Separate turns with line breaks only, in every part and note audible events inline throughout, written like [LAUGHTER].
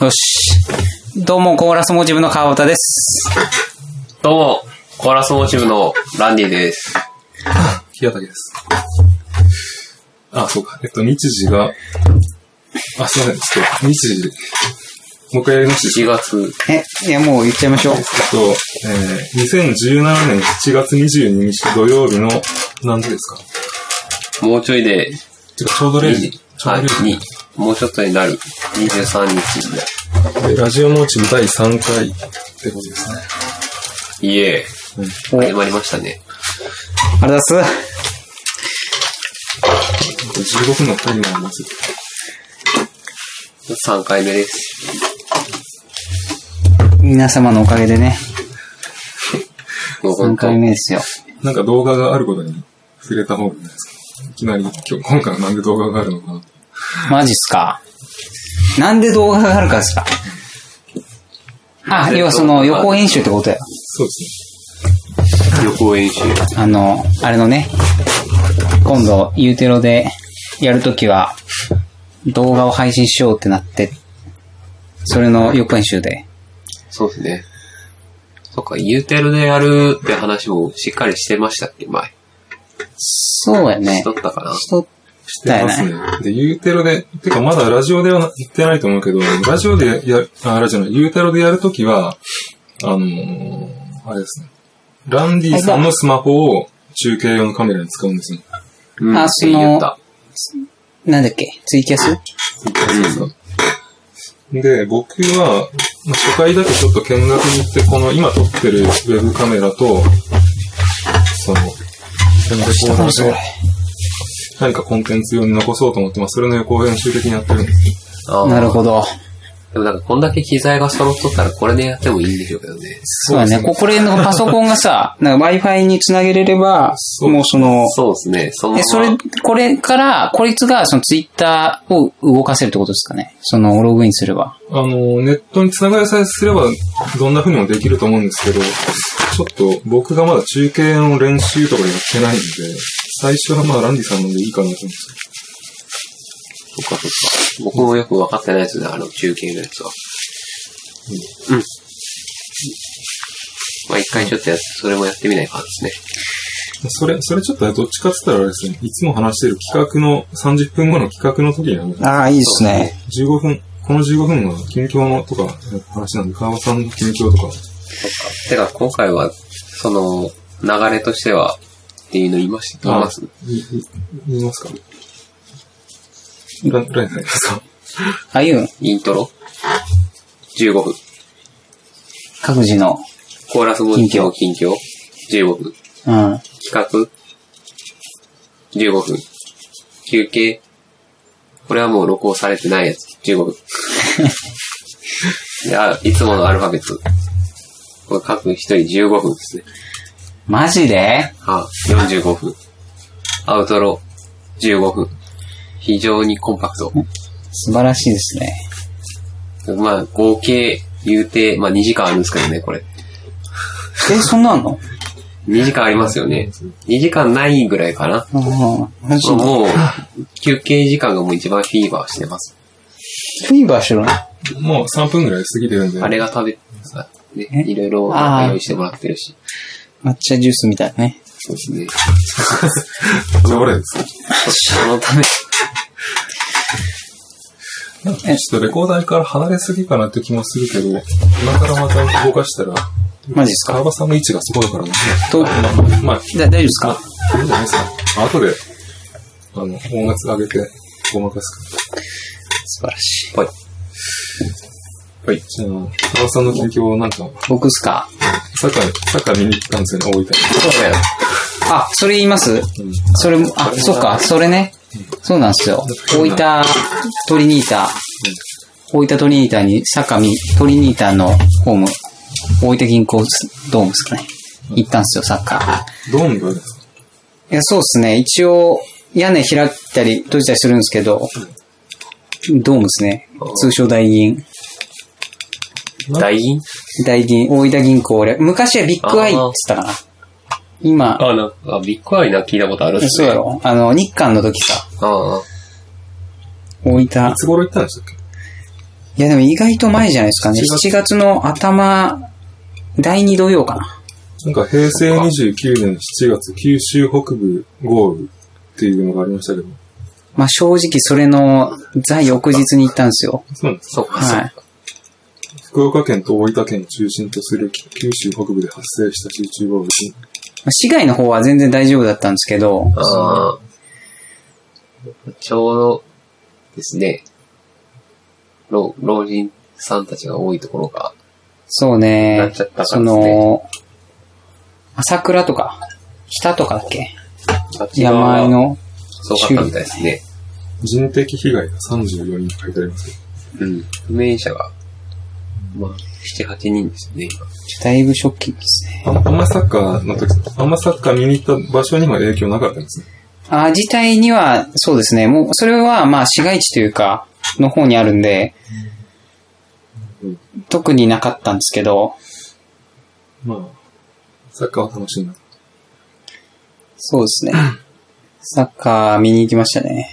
よし。どうも、コーラスモジブの川端です。
どうも、コーラスモチームのランディです。
平竹です。あ、そうか。えっと、日時が、あ、すいません。ちょっと、日時、もう一回やりまして、
1月、
え、いや、もう言っちゃいましょう。
えっと、えー、2017年7月22日土曜日の、何時ですか
もうちょいで、
てか、ちょうど0時。ちょう
はい、
ど0時
に、もうちょっとになる、23日になる。。
でラジオモーチ部第3回ってことですね。
いえ、
お
始まりましたね。
あれだっす。
あと15分のタイマーを待つ。
3回目です。
皆様のおかげでね、
もう
3
本当
回目ですよ。
なんか動画があることに触れた方がいいんじゃないですか。いきなり、今日、今回はなんで動画があるのかな。
マジっすか。なんで動画があるかっすか。あ、要はその予行演習ってことや。
そうです
予行演習。
あの、あれのね、今度、ユーテロでやるときは、動画を配信しようってなって、それの予行演習で。
そうですね。そっか、ユーテルでやるって話もしっかりしてましたっけ、前。
そうやね
しと。ったかな。
しとっ
ね。
た
や
よ
ります
ね。
ね。で、ユーテロで、てかまだラジオでは言ってないと思うけど、ラジオでや、あ、ラジオのユーテロでやるときは、あのー、あれですね。ランディさんのスマホを中継用のカメラに使うんですね。
うん、
あ
って言った。
なんだっけツイキャス
で、僕は、まあ初回だけちょっと見学に行って、この今撮ってるウェブカメラと、その、レコーダーで何かコンテンツ用に残そうと思って、まあ、それの予行演習的にやってるんです。
あー
なるほど。
でもなんか、こんだけ機材が揃っとったら、これでやってもいいんでしょうけどね。
そうだね。ここれ、なんかパソコンがさ、 [LAUGHS] なんか Wi-Fi につなげれれば、
う
もうその、
そうですね、そのま
え、
ま
それ、これから、こいつがそのツイッターを動かせるってことですかね。その、ログインすれば。
あの、ネットに繋がりさえすれば、どんな風にもできると思うんですけど、ちょっと僕がまだ中継の練習とかやってないんで、最初はまあ、ランディさんのでいいかなと思うんです
そっかそっか。僕もよく分かってないですね、あの中継のやつは。うん。まあ一回ちょっとやって、それもやってみない感じですね。
けど、それ、それちょっとどっちかって言ったらあれですね、いつも話してる企画の、30分後の企画の時に話す
ああ、いいです
ね。
15分、この15分が近況のとか、話なんで、川端さんの近況とか、
てか今回は、その、流れとしては、っていうの言いました。言います
いい言いますかラン、ランディさんいますか
ああいう、
イントロ ?15 分。
各自の、
コーラス文字の近況 ?15 分。
うん。
企画 ?15 分。休憩これはもう録音されてないやつ。15分。 [LAUGHS] いや、いつものアルファベット。これ各一人15分ですね。
マジで
あ、45分。アウトロ15分。非常にコンパク
素晴らしいですね。
ト。まあ、合計言うて、まあ2時間あるんですけどね、これ。
え、そんなんの
2時間ありますよね。2時間ないぐらいかな。
うん。マジで
もう、休憩時間がもう一番フィーバーしてます。
フィーバーしろね。
もう3分ぐらい過ぎてるんで、
あれが食べ、さ、ね、
え
いろいろ
あー
用意してもらってるし。
抹茶ジュースみたいなね。
そうですね。
じゃあ俺です。
そのため、
なんかちょっとレコーダーから離れすぎかなって気もするけど、今からまた動かしたら、
マジですか
川場さんの位置がすごいからね。
と、
ま
だ
あ、まあ、
大丈夫ですか
いいんじゃないですか。後で、あの、音圧上げて、ごまかすか
素晴らしい。
はい。
ら。はい。じゃあ、川場さんの近況をなんか、
僕っすか
サッカー、サッカー見に行ったんですよね、大分
そうだよ。
あ、それ言います
に。うん。
それも、あ、そっか、それね。そうなんですよ。大分トリニータ、大分トリニータに、坂見、トリニータのホーム、大分銀行ドームですかね。行ったんですよ、サッカー。
ドームがあるんですか
いや、そうですね。一応、屋根開いたり閉じたりするんですけど、ドームですね。通称大銀。
大銀
大銀、大分銀行略。昔はビッグアイって言ったかな。今、
あ、なんか、あビッグアイな聞いたことあるっす
そう
ね。
やろ。あの、日韓の時さ、
ああ。
大分
い、つ頃行ったんでしたっけ
いや、でも意外と前じゃないですかね。7
7
月の頭、第2土曜かな。
なんか平成29年7月、九州北部豪雨っていうのがありましたけど、
まあ、正直それの、在翌日に行ったんですよ。
そうなんです。
そっか、
はい。
福岡県と大分県を中心とする九州北部で発生した集中豪雨に、
まあ市外の方は全然大丈夫だったんですけど、
ああ。ちょうどですね、老老人さんたちが多いところが、
そう
な
ね
っちゃった、
そ
感じですね
の、朝倉とか、北とかだっけ
あっち側
山あい
は
の、
すごかったみたいですね。
人的被害が34人書いてありますけど
うん。不明者が、まあ、7、8人ですよね、
だいぶショッキングですね。
あんあんまサッカーの時、あんまサッカー見に行った場所にも影響なかったんですね。
あー自体には、そうですね。もう、それは、まあ、市街地というか、の方にあるんで、特になかったんですけど、
まあ、サッカーは楽しいな。
そうですね。サッカー見に行きましたね。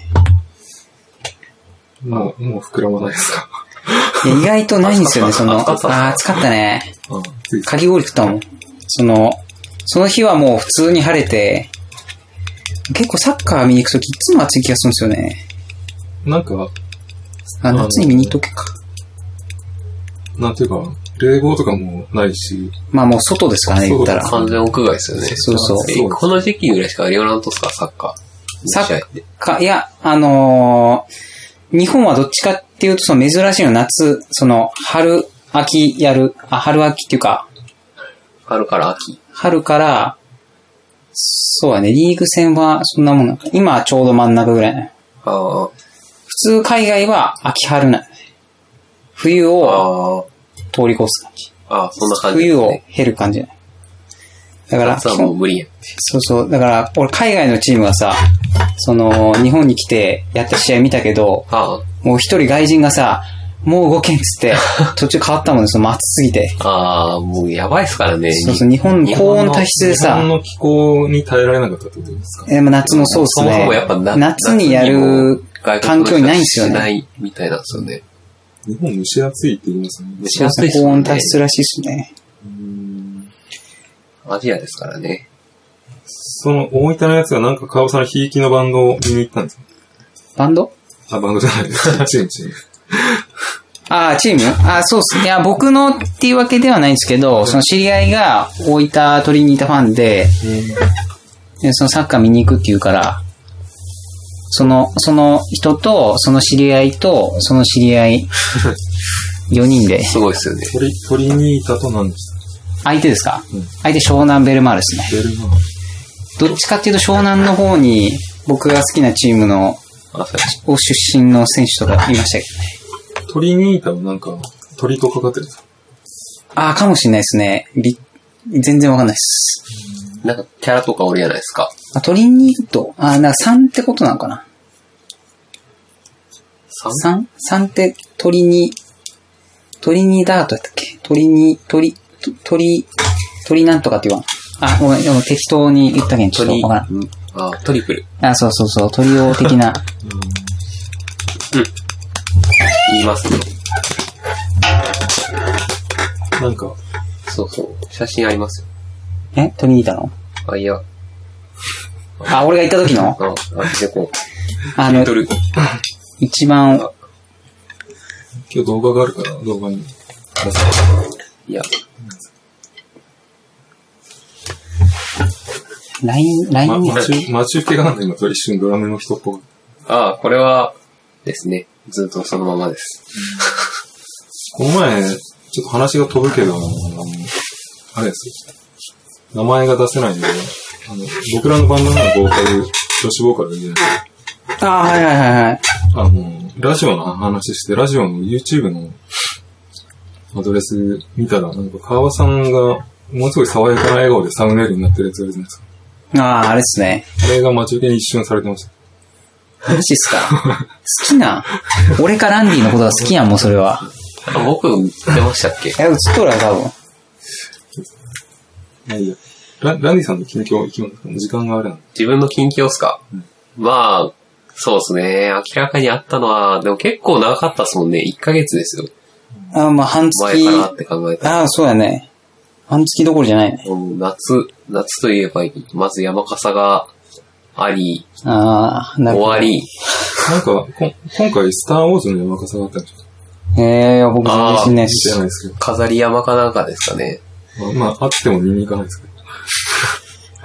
もう、もう膨らまないですか。
いや意外とないんですよね、その、あ
暑かったっす
ー、暑かったね。
あつい
かき氷食ったもん。その、その日はもう普通に晴れて、結構サッカー見に行くときいつも暑い気がするんですよね。
なんか、
あ、夏に見に行っとけか。
なんていうか、冷房とかもないし、
まあもう外ですからね、言ったら
今。。完全屋外ですよね。
そうそう
えこの時期ぐらいしかありおらんとっすか、サッカー。
サッカー
試合って
か、いや、あのー日本はどっちかっていうと、その珍しいのは夏、その、春、秋やる、あ、春秋っていうか、
春から秋。
春から、そうだね、リーグ戦はそんなもんなんか、今はちょうど真ん中ぐらいなの
あ
普通海外は秋春なのね。冬
あ。
を
ああ。
通り越す感じ。
ああ、そんな感じ、
冬を。経る感じだねだから、
夏はもう無理やん。
そうそう。だから、俺、海外のチームはさ、その、日本に来てやった試合見たけど、
あ
もう一人外人がさ、もう動けんっつっ
[LAUGHS]
て、途中変わったもんね、その暑すぎて。
あ。ああ、もうやばいっすからね。
そうそう、日本、
日
高温多湿で
日
さ
本、の気候に耐えられなかったってことですか
えもう夏もそうっす
そもそもや
ね
っぱ。な
夏にやる環境にないんですよ
しな
ね。
いみたいなんですよね。
日本蒸し暑いって言いますよね。
し暑いっす
高
もん
温
ね
多湿らしいっすね。
アジアですからね。
その大分のやつがなんか川尾さんひいきのバンドを見に行ったんです
バンド
かあ、バンドじゃない [LAUGHS] です。チームチーム。
ああ、チームああ、そうっす。いや、僕のっていうわけではないんですけど、その知り合いが大分取りにいたファンで、でそのサッカー見に行くっていうから、その、その人と、その知り合いと、その知り合い、4人で。
すごいっすよね。
鳥、鳥にいたと何でし
相手ですか
うん
相手湘南ベルマーレですね。
たベルマー
どっちかっていうと湘南の方に、僕が好きなチームの、
あ、そう
を出身の選手とかいましたけどね。
レ。鳥にいたはなんか、鳥とかかってるんですか
ああ、かもしれないですね。び全然わかんないです。
やなんかキャラとかおるやないですか。
あ、鳥に行くと、あ、なんか3ってことなのかな
三
?3?3 って鳥に、鳥にダートやったっけ鳥に、鳥、と鳥、鳥なんとかって言わん。あ、ごめん、でも適当に言ったけん、ちょっと
鳥、
わから
うんあ、トリプル。
ん。あ、そうそうそう、鳥王的
[LAUGHS]
な。
言いますね。
なんか、
そうそう。写真ありますよ。
え鳥にいたの
あ、いや。
あ、俺が行った時の
あ、あ、でこ
あ
う。リ
の
ト、ル。
一番、
今日動画があるから動画に。
いや。
ライン、ライ
ま、
ンに、
待ち、待ち受けがなんか今鳥一瞬ドラムの人っぽく。
ああ、これは、ですね。ずっとそのままです。
この前、ちょっと話が飛ぶけど、あのあれですよ。名前が出せないんで、あの、僕らのバンドのボーカル、女子ボーカルで、
あ、はいはいはいはい。
あの、ラジオの話して、ラジオの YouTube のアドレス見たら、なんか川さんが、もうすごい爽やかな笑顔でサムネイルになってるやつあるじゃないですか。
ああー、あれっすね。
あれが待ち受けに一瞬されてました。
マジっすか好きな俺かランディのことが好きやん、もうそれは。
あ僕、出ましたっけ
え、映っとるわ、多分。
まあいいやラランディさんの近況行きますか時間があれなんで。
自分の近況っすか、まあ、そうですね。明らかにあったのは、でも結構長かったですもんね。1ヶ月ですよ。
あ、まあ、半
前
月。
からって考えたら。
ああ、そうやね。半月どころじゃないね。
うん夏、夏といえば、まず山笠があり、
ああ、な
終わり、
なんか、こん今回、スター・ウォーズの山笠があったんじゃ
ええー、僕全然知んないっ
見てない
す。
です
飾り山かなんかですかね。
けど。まあ、まあ、あっても見に行かないですけど。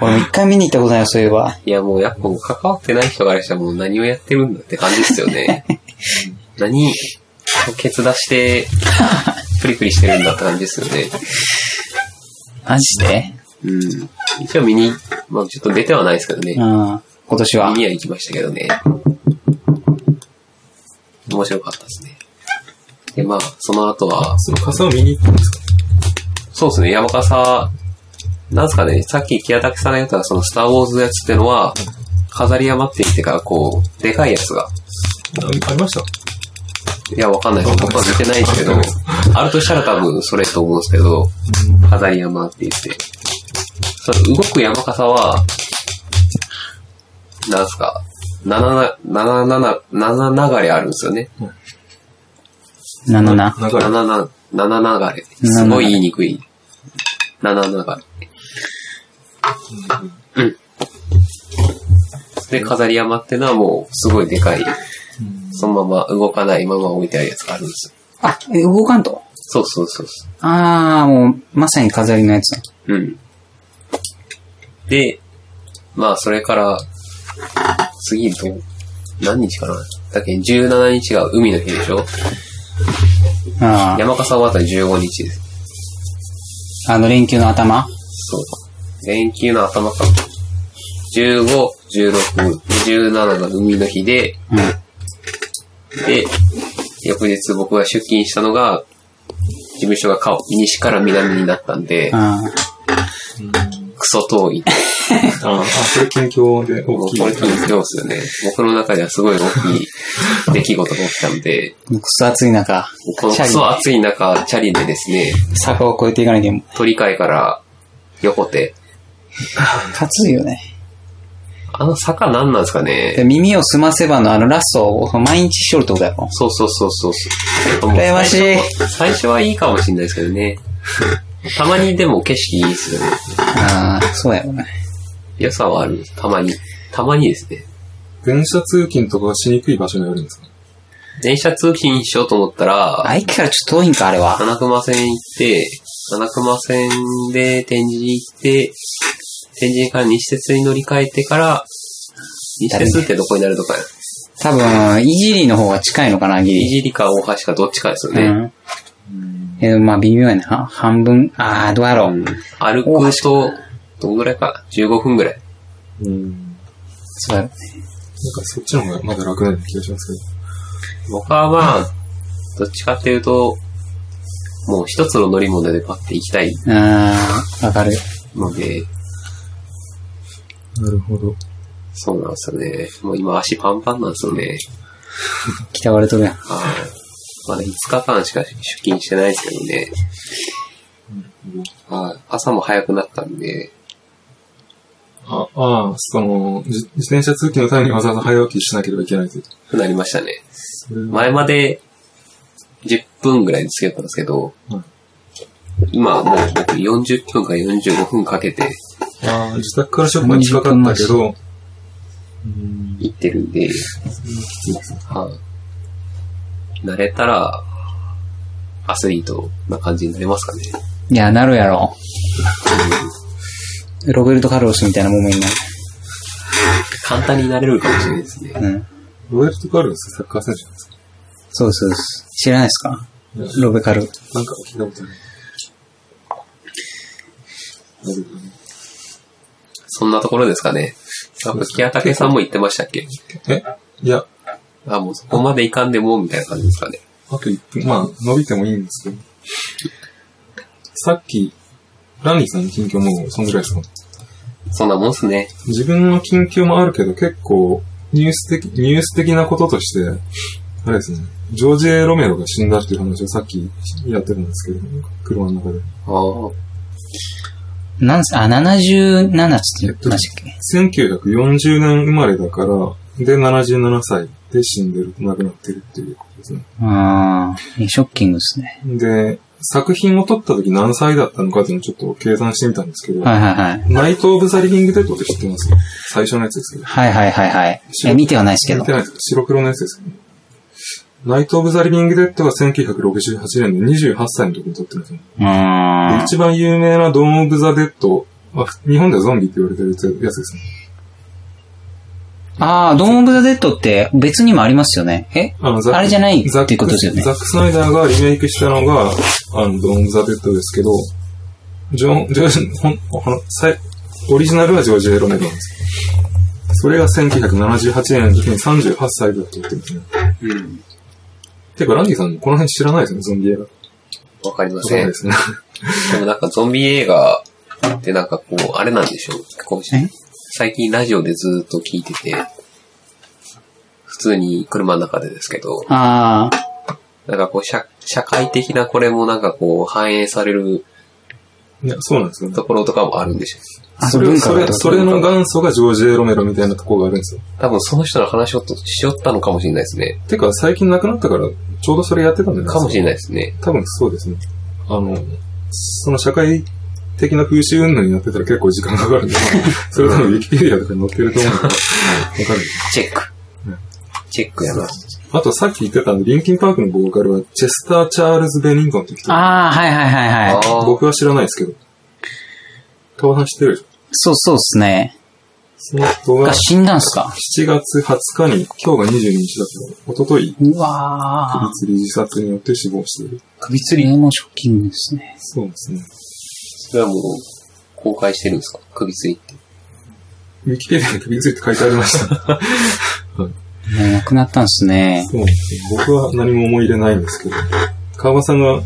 俺も一回見に行ったことないよ、そういえば。
いや、もうやっぱ関わってない人からしたらもう何をやってるんだって感じですよね。うん何、ケツ出して、プリプリしてるんだって感じですよね。
マジで
うん。一応見に、まあちょっと出てはないですけどね
うん。。今年は
見。には行きましたけどね。面白かったですね。で、まあ、その後は、
その笠を見に行ったんですか
そうですね、山笠、なんですかね、さっき木屋拓さんが言ったそのスターウォーズのやつってのは、飾り山って言ってからこう、でかいやつが、
あありました
いや、わかんないです。僕は見てないですけど、あるとしたら多分それと思うんですけど、飾り山って言って。その動く山笠は、なんすか、7、7、7流れあるんですよね。
なのな。
流れ。
7、7流れ。すごい言いにくい。7流れ。うん。で、飾り山ってのはもう、すごいでかい。そのまま動かないまま置いてあるやつがあるんですよ。
あ、え動かんと。
そうそうそうそう。
ああ、もう、まさに飾りのやつだ。
うん。で、まあ、それから、次どう、何日かなだっけ、17日が海の日でしょ
あ
山笠終わったら15日です。
あ。あの連休の頭
そう。連休の頭か。15、16、17が海の日で、
うん。
で、翌日僕が出勤したのが、事務所がか西から南になったんで、
あ
クソ遠い。
ああ、それ近況で
も
大
う
きい。
これ気にしてますよね。僕の中ではすごい大きい出来事が起きたんで、
ークソ暑い中、
このクソ暑い中、チャリでですね、
坂を越えていかなきゃ、
鳥海から横手。
かついよね。
あの坂何なんですか
で
ね
耳を澄ませばのあのラストを毎日しとるってことやろ。
そうそうそうそうそう。
羨ましい
最初最初はいいかもしれないですけどね。たまにでも景色いいですよね。
ああ、そうやろね。
良さはある。たまに。たまにですね。
電車通勤とかしにくい場所にあるんですか
電車通勤しようと思ったら、
あ、駅からちょっと遠いんか、あれは。
七熊線行って、七熊線で天神行って、天神から西鉄に乗り換えてから、西鉄ってどこになるとかや。
多分、いじりの方が近いのかな、ギ
い
リ。
じりか大橋かどっちかですよ
う
ね。
ん。えー、まあ微妙やね。は半分、ああ、どうやろう。
歩
大
くと、どんぐらいか、15分ぐらい。
うん。なんか
そうやろ。
そっちの方がまだ楽な気がします
僕はまあ、どっちかっていうと、もう一つの乗り物でパッて行きたい
ああ、わかる。
ので、
けど。なるほど。
そうなんですよね。もう今足パンパンなんですよね。
北割れとるやん。
はい。まだ5日間しか出勤してないですけどね。はい。朝も早くなったんで、
ああ、その、自自転車通勤のためにわざわざ早起きしなければいけないという。
なりましたね。
それは
前まで10分ぐらいでつけたんですけど、
うん
今はもう僕40分か45分かけて
ああ、自宅から職場に近かったけど、うん、
行ってるんで、はい。慣れたら、アスリートな感じになりますかね。
いや、なるやろ。ロベルト・カルロスみたいなもんになる。
簡単になれるかもしれないですね。
うん。
ロエルト・カルロスサッカー選手なんですか
そうですそうです。知らないですかロベカル。
なんか聞いたことない。なるほどね
そんなところですかね。あ、木屋武さんも言ってましたっけ
えいや、
あ、もうそこまでいかんでも、みたいな感じですかね。
あと1分、まあ、伸びてもいいんですけど。さっき、ランリーさんの近況もうそんぐらいですか
そんなもんっすね。
自分の近況もあるけど、結構、ニュース的、ニュース的なこととして、あれですね、ジョージ・エロメロが死んだっていう話をさっきやってるんですけど、車の中で。
ああ。
なんすあ、77つって言ってましたっけ
1940年生まれだから、で、77歳で死んでる、亡くなってるっていうことですね。
あー、ショッキングですね。
で、作品を撮った時何歳だったのかっていうのをちょっと計算してみたんですけど、
はいはいはい。
ナイト・オブ・ザ・リビング・デッドって知ってます最初のやつですけど。
はいはいはいはい。え、見てはないですけど
見て。ないです白黒のやつですけど。ナイト・オブ・ザ・リビング・デッドは1968年の28歳の時に撮ってますね。
うーん。
で一番有名なドーン・オブ・ザ・デッドは、日本ではゾンビって言われてるやつですね。
あー、ドーン・オブ・ザ・デッドって別にもありますよね。え
あのザック
あれじゃない
ザック
っていうことですよね
ザック・スナイダーがリメイクしたのが、あの、ドーン・オブ・ザ・デッドですけど、ジョン、ジョージ、ほん、ほん、さいオリジナルはジョージ・エロメロなんですそれが1978年の時に38歳だと言ってますね。
うん。
てか、ランディさん、この辺知らないですね、ゾンビ映画。
わかりま
そう
せん
で。すね。
でもなんかゾンビ映画ってなんかこう、あれなんでしょうこう
え
最近ラジオでずっと聞いてて、普通に車の中でですけど、
あー、
なんかこう社、社会的なこれもなんかこう、反映される
[LAUGHS] いや、そうなんですよね。
ところとかもあるんでしょ
あ
それ、
文化
そ
がある
れ、
と
それの元祖がジョージ・エロメロみたいなところがあるんですよ。
多分その人の話をとしよったのかもしれないですね。
てか、最近亡くなったから、ちょうどそれやってたんじゃないです
かもしれないですね。
多分そうですね。あの、その社会的な風習運動になってたら結構時間かかるんで、それ多分ウィキペディアとかに載ってると思うんで、わかる。
チェック
うん。
チェックやな。
あとさっき言ってたリンキンパークのボーカルは、チェスター・チャールズ・ベニントンって人。
あー、はいはいはいはい。
あー
僕は知らないですけど。川端知ってるでしょ
そうそうですね。
その人が
が死んだんすか
7月20日に、今日が22日だけど、一昨日
うわー
首。吊り自殺によって死亡している。
首吊り。もショッキングですね。
そうですね。
それはもう、公開してるんですか首ついて。
ウィキペディアに首吊りって書いてありました。 [LAUGHS] はい
もう亡くなったんですね。
そうですね。僕は何も思い入れないんですけど、川場さんが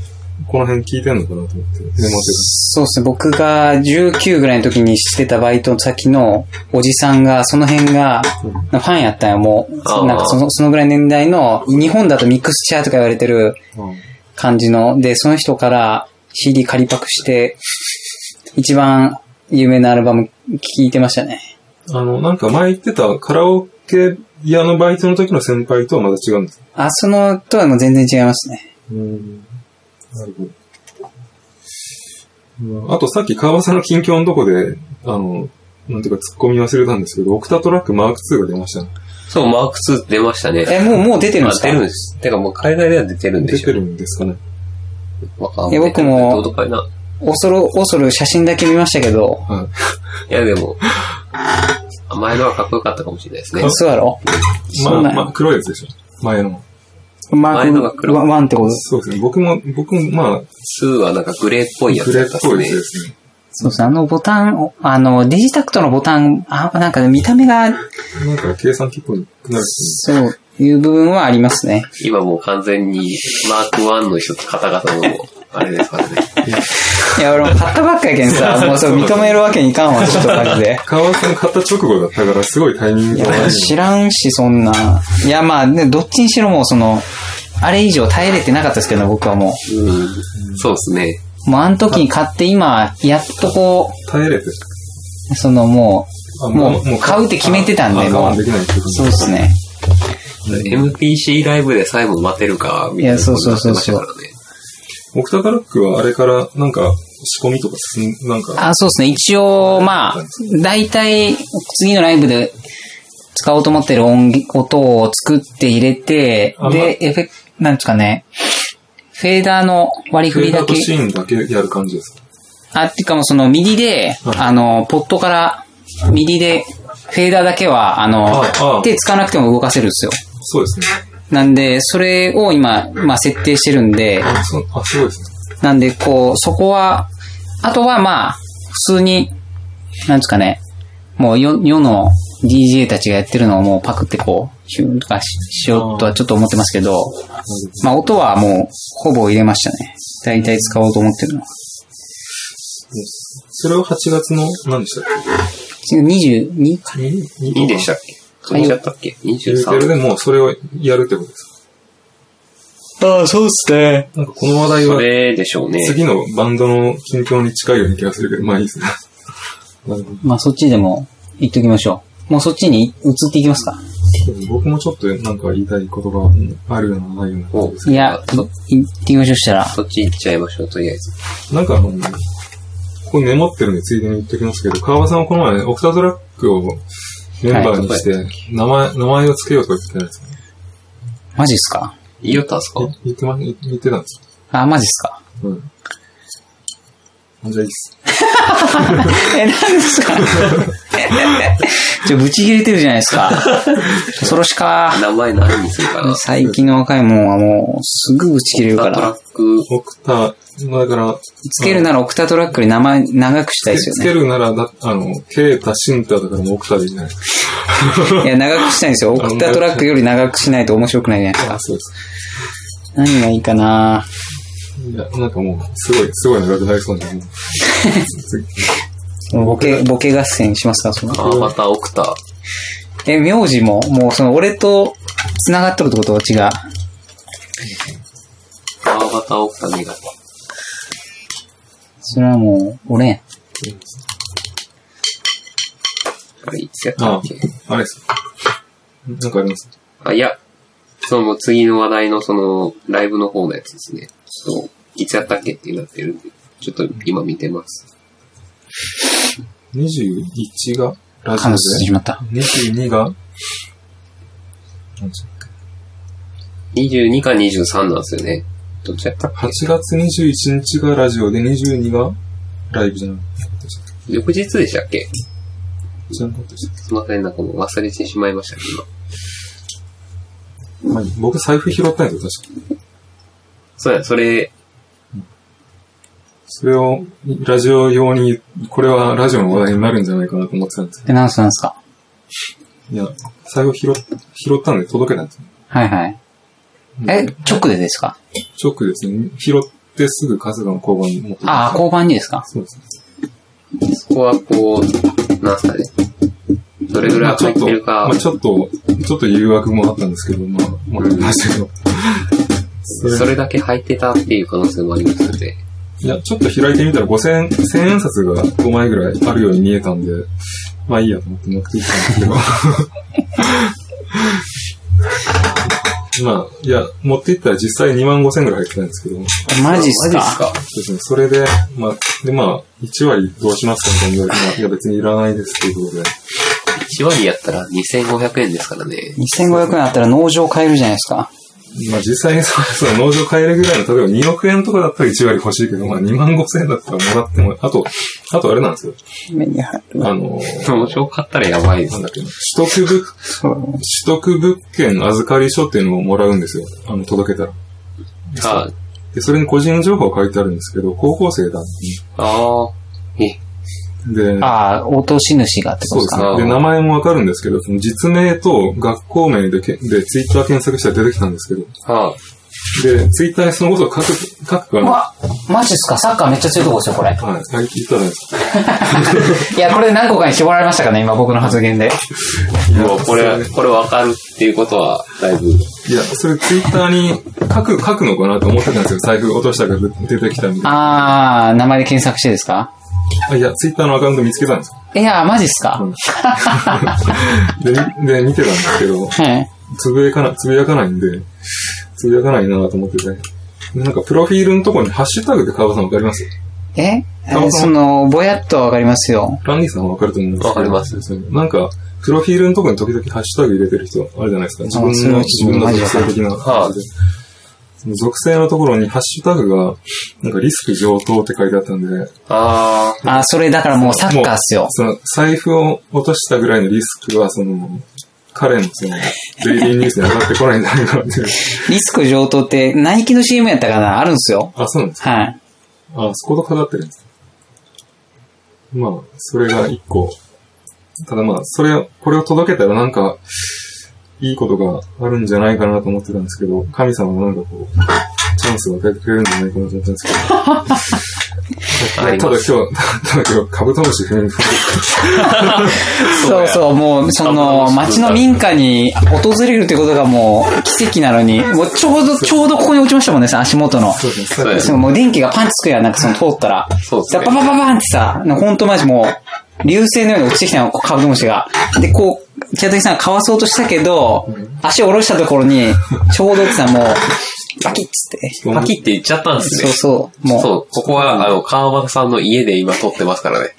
この辺聞いてんのかなと思って、メモって
そうですね。僕が19ぐらいの時にしてたバイト先のおじさんが、その辺が、ファンやったんや、もう。
あー
なんかそのそのぐらいの年代の、日本だとミクスチャーとか言われてる
た。うん
感じの、で、その人から CD 借りパクして、一番有名なアルバム聴いてましたね。
あの、なんか前言ってたカラオケ屋のバイトの時の先輩とはまた違うんです。
あ、そのとはもう全然違いますね。
うん。なるほどうん。あとさっき川場さんの近況のとこで、あの、なんていうか突っ込み忘れたんですけど、オクタトラックマーク2が出ましたね。
そう、マーク2出ましたね。
え、もう、もう出てるんですか
あ出るんです。てかもう海外では出てるんで
出
してょ
るんですかね。
わかんない
や僕も
どうとかいな。
恐る、恐る写真だけ見ましたけど、
はい。
いや、でも、前のはかっこよかったかもしれないですね。
そうやろ
ま
そ
あ、
うなん
ま
や
あ、黒いやつでしょ。前の。
マ
前のが
ーク
黒
ワンってこと
そうですね。僕も、僕も、まあ、
2はなんかグレーっぽいや
グ
つ
レ
だ
ー
っ
った
っ
ぽ
すね
いやつ。ですね。
そうですね。あのボタン、あの、デジタクトのボタン、あ、なんか見た目が、
なんか計算機っぽくなるし、
そういう部分はありますね。
今もう完全にマーク1の人と方々の、あれですからね。
いや、俺も買ったばっかやけんさ、もうそう認めるわけにいかんわ、ちょっとマジで。
川尾さん買った直後だったから、すごいタイミン
い
グ
や
が悪い。
知らんし、そんな。いや、まあ、ね、どっちにしろもう、その、あれ以上耐えれてなかったですけど、僕はも
うん。そうですね。
う。もう、あの時に買って、今、やっとこ
耐えれて。
う、その、も
あ
う、もう、買うって決めてたんで、
あ
も
我慢
う
で。きないってこと
そうですね。
MPC ライブで最後待てるか、みたい
い
な
やそうそうそう
こと
そう
になってましたからね。
オクタカラックはあれから、なんか、仕込みとか進ん、なんか、
あ、そうですね。一応、まあ、大体、次のライブで使おうと思ってる音源、音を作って入れて
あ、
で、エフェク、なんですかね、フェーダーの割り振
フェ
り
ーダ
だ
ー
け
と、シーンだけやる感じです。
あ、ってかもうその、ミディで、
はい
あの、ポットから、ミディで、フェーダーだけは、あの
ああ、
手使わなくても動かせるんですよ。
そうですね。
なんで、それを今、まあ、設定してるんで、
あ、そう、あ、そうですね。
なんで、こう、そこは、あとはまあ、普通に、なんですかね、もう世世の DJ たちがやってるのをもうパクってこう、シュンとかししようとはちょっと思ってますけど、まあ音はもうほぼ入れましたね。大体使おうと思ってるのは。
それを8月の、何でしたっ
22?
け ?2、
いいでしたっけ飛んじゃったっけ
ユーテル
?23。
でもうそれをやるってことです。
ああ、そうっすね。
なんかこの話題
そ
は、
れでしょうね。
次のバンドの近況に近いような気がするけど、まあいいで
[LAUGHS]
すね。なるほど
まあそっちでも行っときましょう。もうそっちに移っていきますか。
僕もちょっとなんか言いたいことがあるような、ないような感じです
いや、行ってみましょうしたら。
そっち行っちゃいましょう、とりあえず。
なんかあの、ここにメモってるんでついでに言っておきますけど、川場さんはこの前、オクタートラックをメンバーにして、名前、名前をつけようとか言ってたやつ。
マジっすか
言いよったんすか
言ってま、言ってたんです
あ、マジっすか
よ。うん。じゃあいいっす。
え、なんですかちょ、ぶち切れてるじゃないですか。恐ろしか。
名前何にするかな。ス
最近の若いもんはもう、すぐぶち切れる
タ
か
ートラ
ら。
ック、
オクタ、だから、
つけるならオクタトラックで名前長くしたいです
つ
よ
けるなら、だあの、ケータ、シンタだからもうオクタでいいんじゃないです
ね。いや、長くしたいんですよ。オクタトラックより長くしないと面白くないじゃないです
か。
か
あ、。そうです。
何がいいかない
や、なんかもう、すごい、すごい長くなりそうなんで。
ボケ、ボケ合戦しますかその
あ、またオクタ。
え、名字も、もうその、俺と繋がっとるってことは違う。
あ、またオクタ苦手。
それはもう、俺やん。
あれ、いつやった
あ
っけ、
あれです。なんかあります
あ、いや、その次の話題のその、ライブの方のやつですね。ちょっと、いつやったっけってなってるんで、ちょっと今見てます。
21がラジ
彼
オ
女してしまった。
で、22が、なんです
22か23なんですよね。どっちやった
か8月21日がラジオで、22がライブじゃなかったでした
翌日でしたっけ
じゃなかったでし
すいません、なんかもう忘れてしまいましたね、今。
たまあいい僕財布拾ったんやけど、確か
そうや、それ、
それを、ラジオ用に、これはラジオの話題になるんじゃないかなと思ってたんです
え、なんすかなんすか
いや、財布拾っ、拾ったので届けたんですね。
はいはい。え、直でですか
直ですね。拾ってすぐ春日の交番に持ってき
ああ、
ました
交番にですか
そうですね。
そこはこう、なんすかね。どれぐらい
まあちょ
入っ
っ
て
と、
るか
まあ、ちょっと、ちょっと誘惑もあったんですけど、まあ、もらいましたけど。それ
それだけ入ってたっていう可能性もありますので、
いや、ちょっと開いてみたら5000円、1000円札が5枚ぐらいあるように見えたんで、まあいいやと思って持ってきたんですけど。 [LAUGHS] まあ、いや、持っていったら実際2万5000円ぐらい入ってたんですけど、
マジっすか
そうですね。それで、まあ、で、まあ、1割どうしますかみたいに言われて、まあいや、別にいらないですっていうことで。
1割やったら2500円ですからね。
2500円あったら農場買えるじゃないですか。
まあ、実際にそう、その農場買えるぐらいの、例えば2億円とかだったら1割欲しいけど、まあ、2万5000円だったらもらっても、あと、あとあれなんですよ。
目に入る。
あの、
面白かったらやばいで
な
す
んだっけな、取得物、
そう。
取得物件預かり書っていうのをもらうんですよ。あの、届けたら。
あ
で、それに個人情報が書いてあるんですけど、高校生だっ
あー、え、
て。で、
ああ、落とし主がってこ
そう
とです
です
か
ね。で、名前もわかるんですけど、その実名と学校名でけ、で、ツイッター検索したら出てきたんですけど、
ああ、
で、ツイッターにそのことを書く、書くか
う
な。
わ、マジっすかサッカーめっちゃ強いとこですよ、これ。
はい、あ言ったらです。
いや、これ何個かに絞られましたかね、今僕の発言で。
もうこれ、これわかるっていうことは、だいぶ、
いや、それツイッターに書く、書くのかなと思ってたんですよ。財布落としたから出てきたみたい
ああ、名前で検索してですか
な。いや、ツイッターのアカウント見つけた
[LAUGHS]
んですよ。
いや、マジっすか、
うんで、みで、見てたんですけど、
はい。
つぶやかな、つぶやかないんで、つぶやかないなと思ってて。でなんか、プロフィールのところにハッシュタグで川場さんわかります
ええ
そもそも
その、ぼやっとはわかりますよ。
ランディさんはわかると思うんですけど。
わかります
そうですねなんか、プロフィールのところに時々ハッシュタグ入れてる人あるじゃないですか。自分の、
あそ
自
れ
分の
マジ
属
わか
性
る
的な感じで。その属性のところにハッシュタグが、なんかリスク上等って書いてあったんで、
あ
あーそれだからもうサッカーっすよ。
その、財布を落としたぐらいのリスクは、その、彼の
[LAUGHS]
その、デイリーニュースに上がってこないんじゃないかなっていう。
リスク上等って、ナイキの CM やったかなあるんすよ。
あ、そうなんですか。
はい。
あ、そことかかってるんです。まあ、それが一個。ただまあ、それを、これを届けたらなんか、いいことがあるんじゃないかなと思ってたんですけど、神様もなんかこう、チャンスを与えてくれるんじゃないかなと思ったんですけ
あ、あ
ど、いや
り
た
ま
だ
す。
今日、ただ今日、カブトムシ踏んで、
そう
そう
や
そう、もう、その、町の民家に訪れるってことがもう、奇跡なのに、もうちょうど、ちょうどここに落ちましたもんね、さ足元の。
そうです
そう
ね
で、
そう、もう電気がパンチつくやん、なんかその通ったら。
そうっす
さ、
ね
パパパパンってさ、ほんとマジもう、流星のように落ちてきたの、こうカブトムシが。で、こう、千谷さんがかわそうとしたけど、足を下ろしたところに、ちょうどってさ、もう、パキッつって。
パキって言っちゃったんです
そ
ね
う。そう、もう。
そう、ここは、あの、川端さんの家で今撮ってますからね。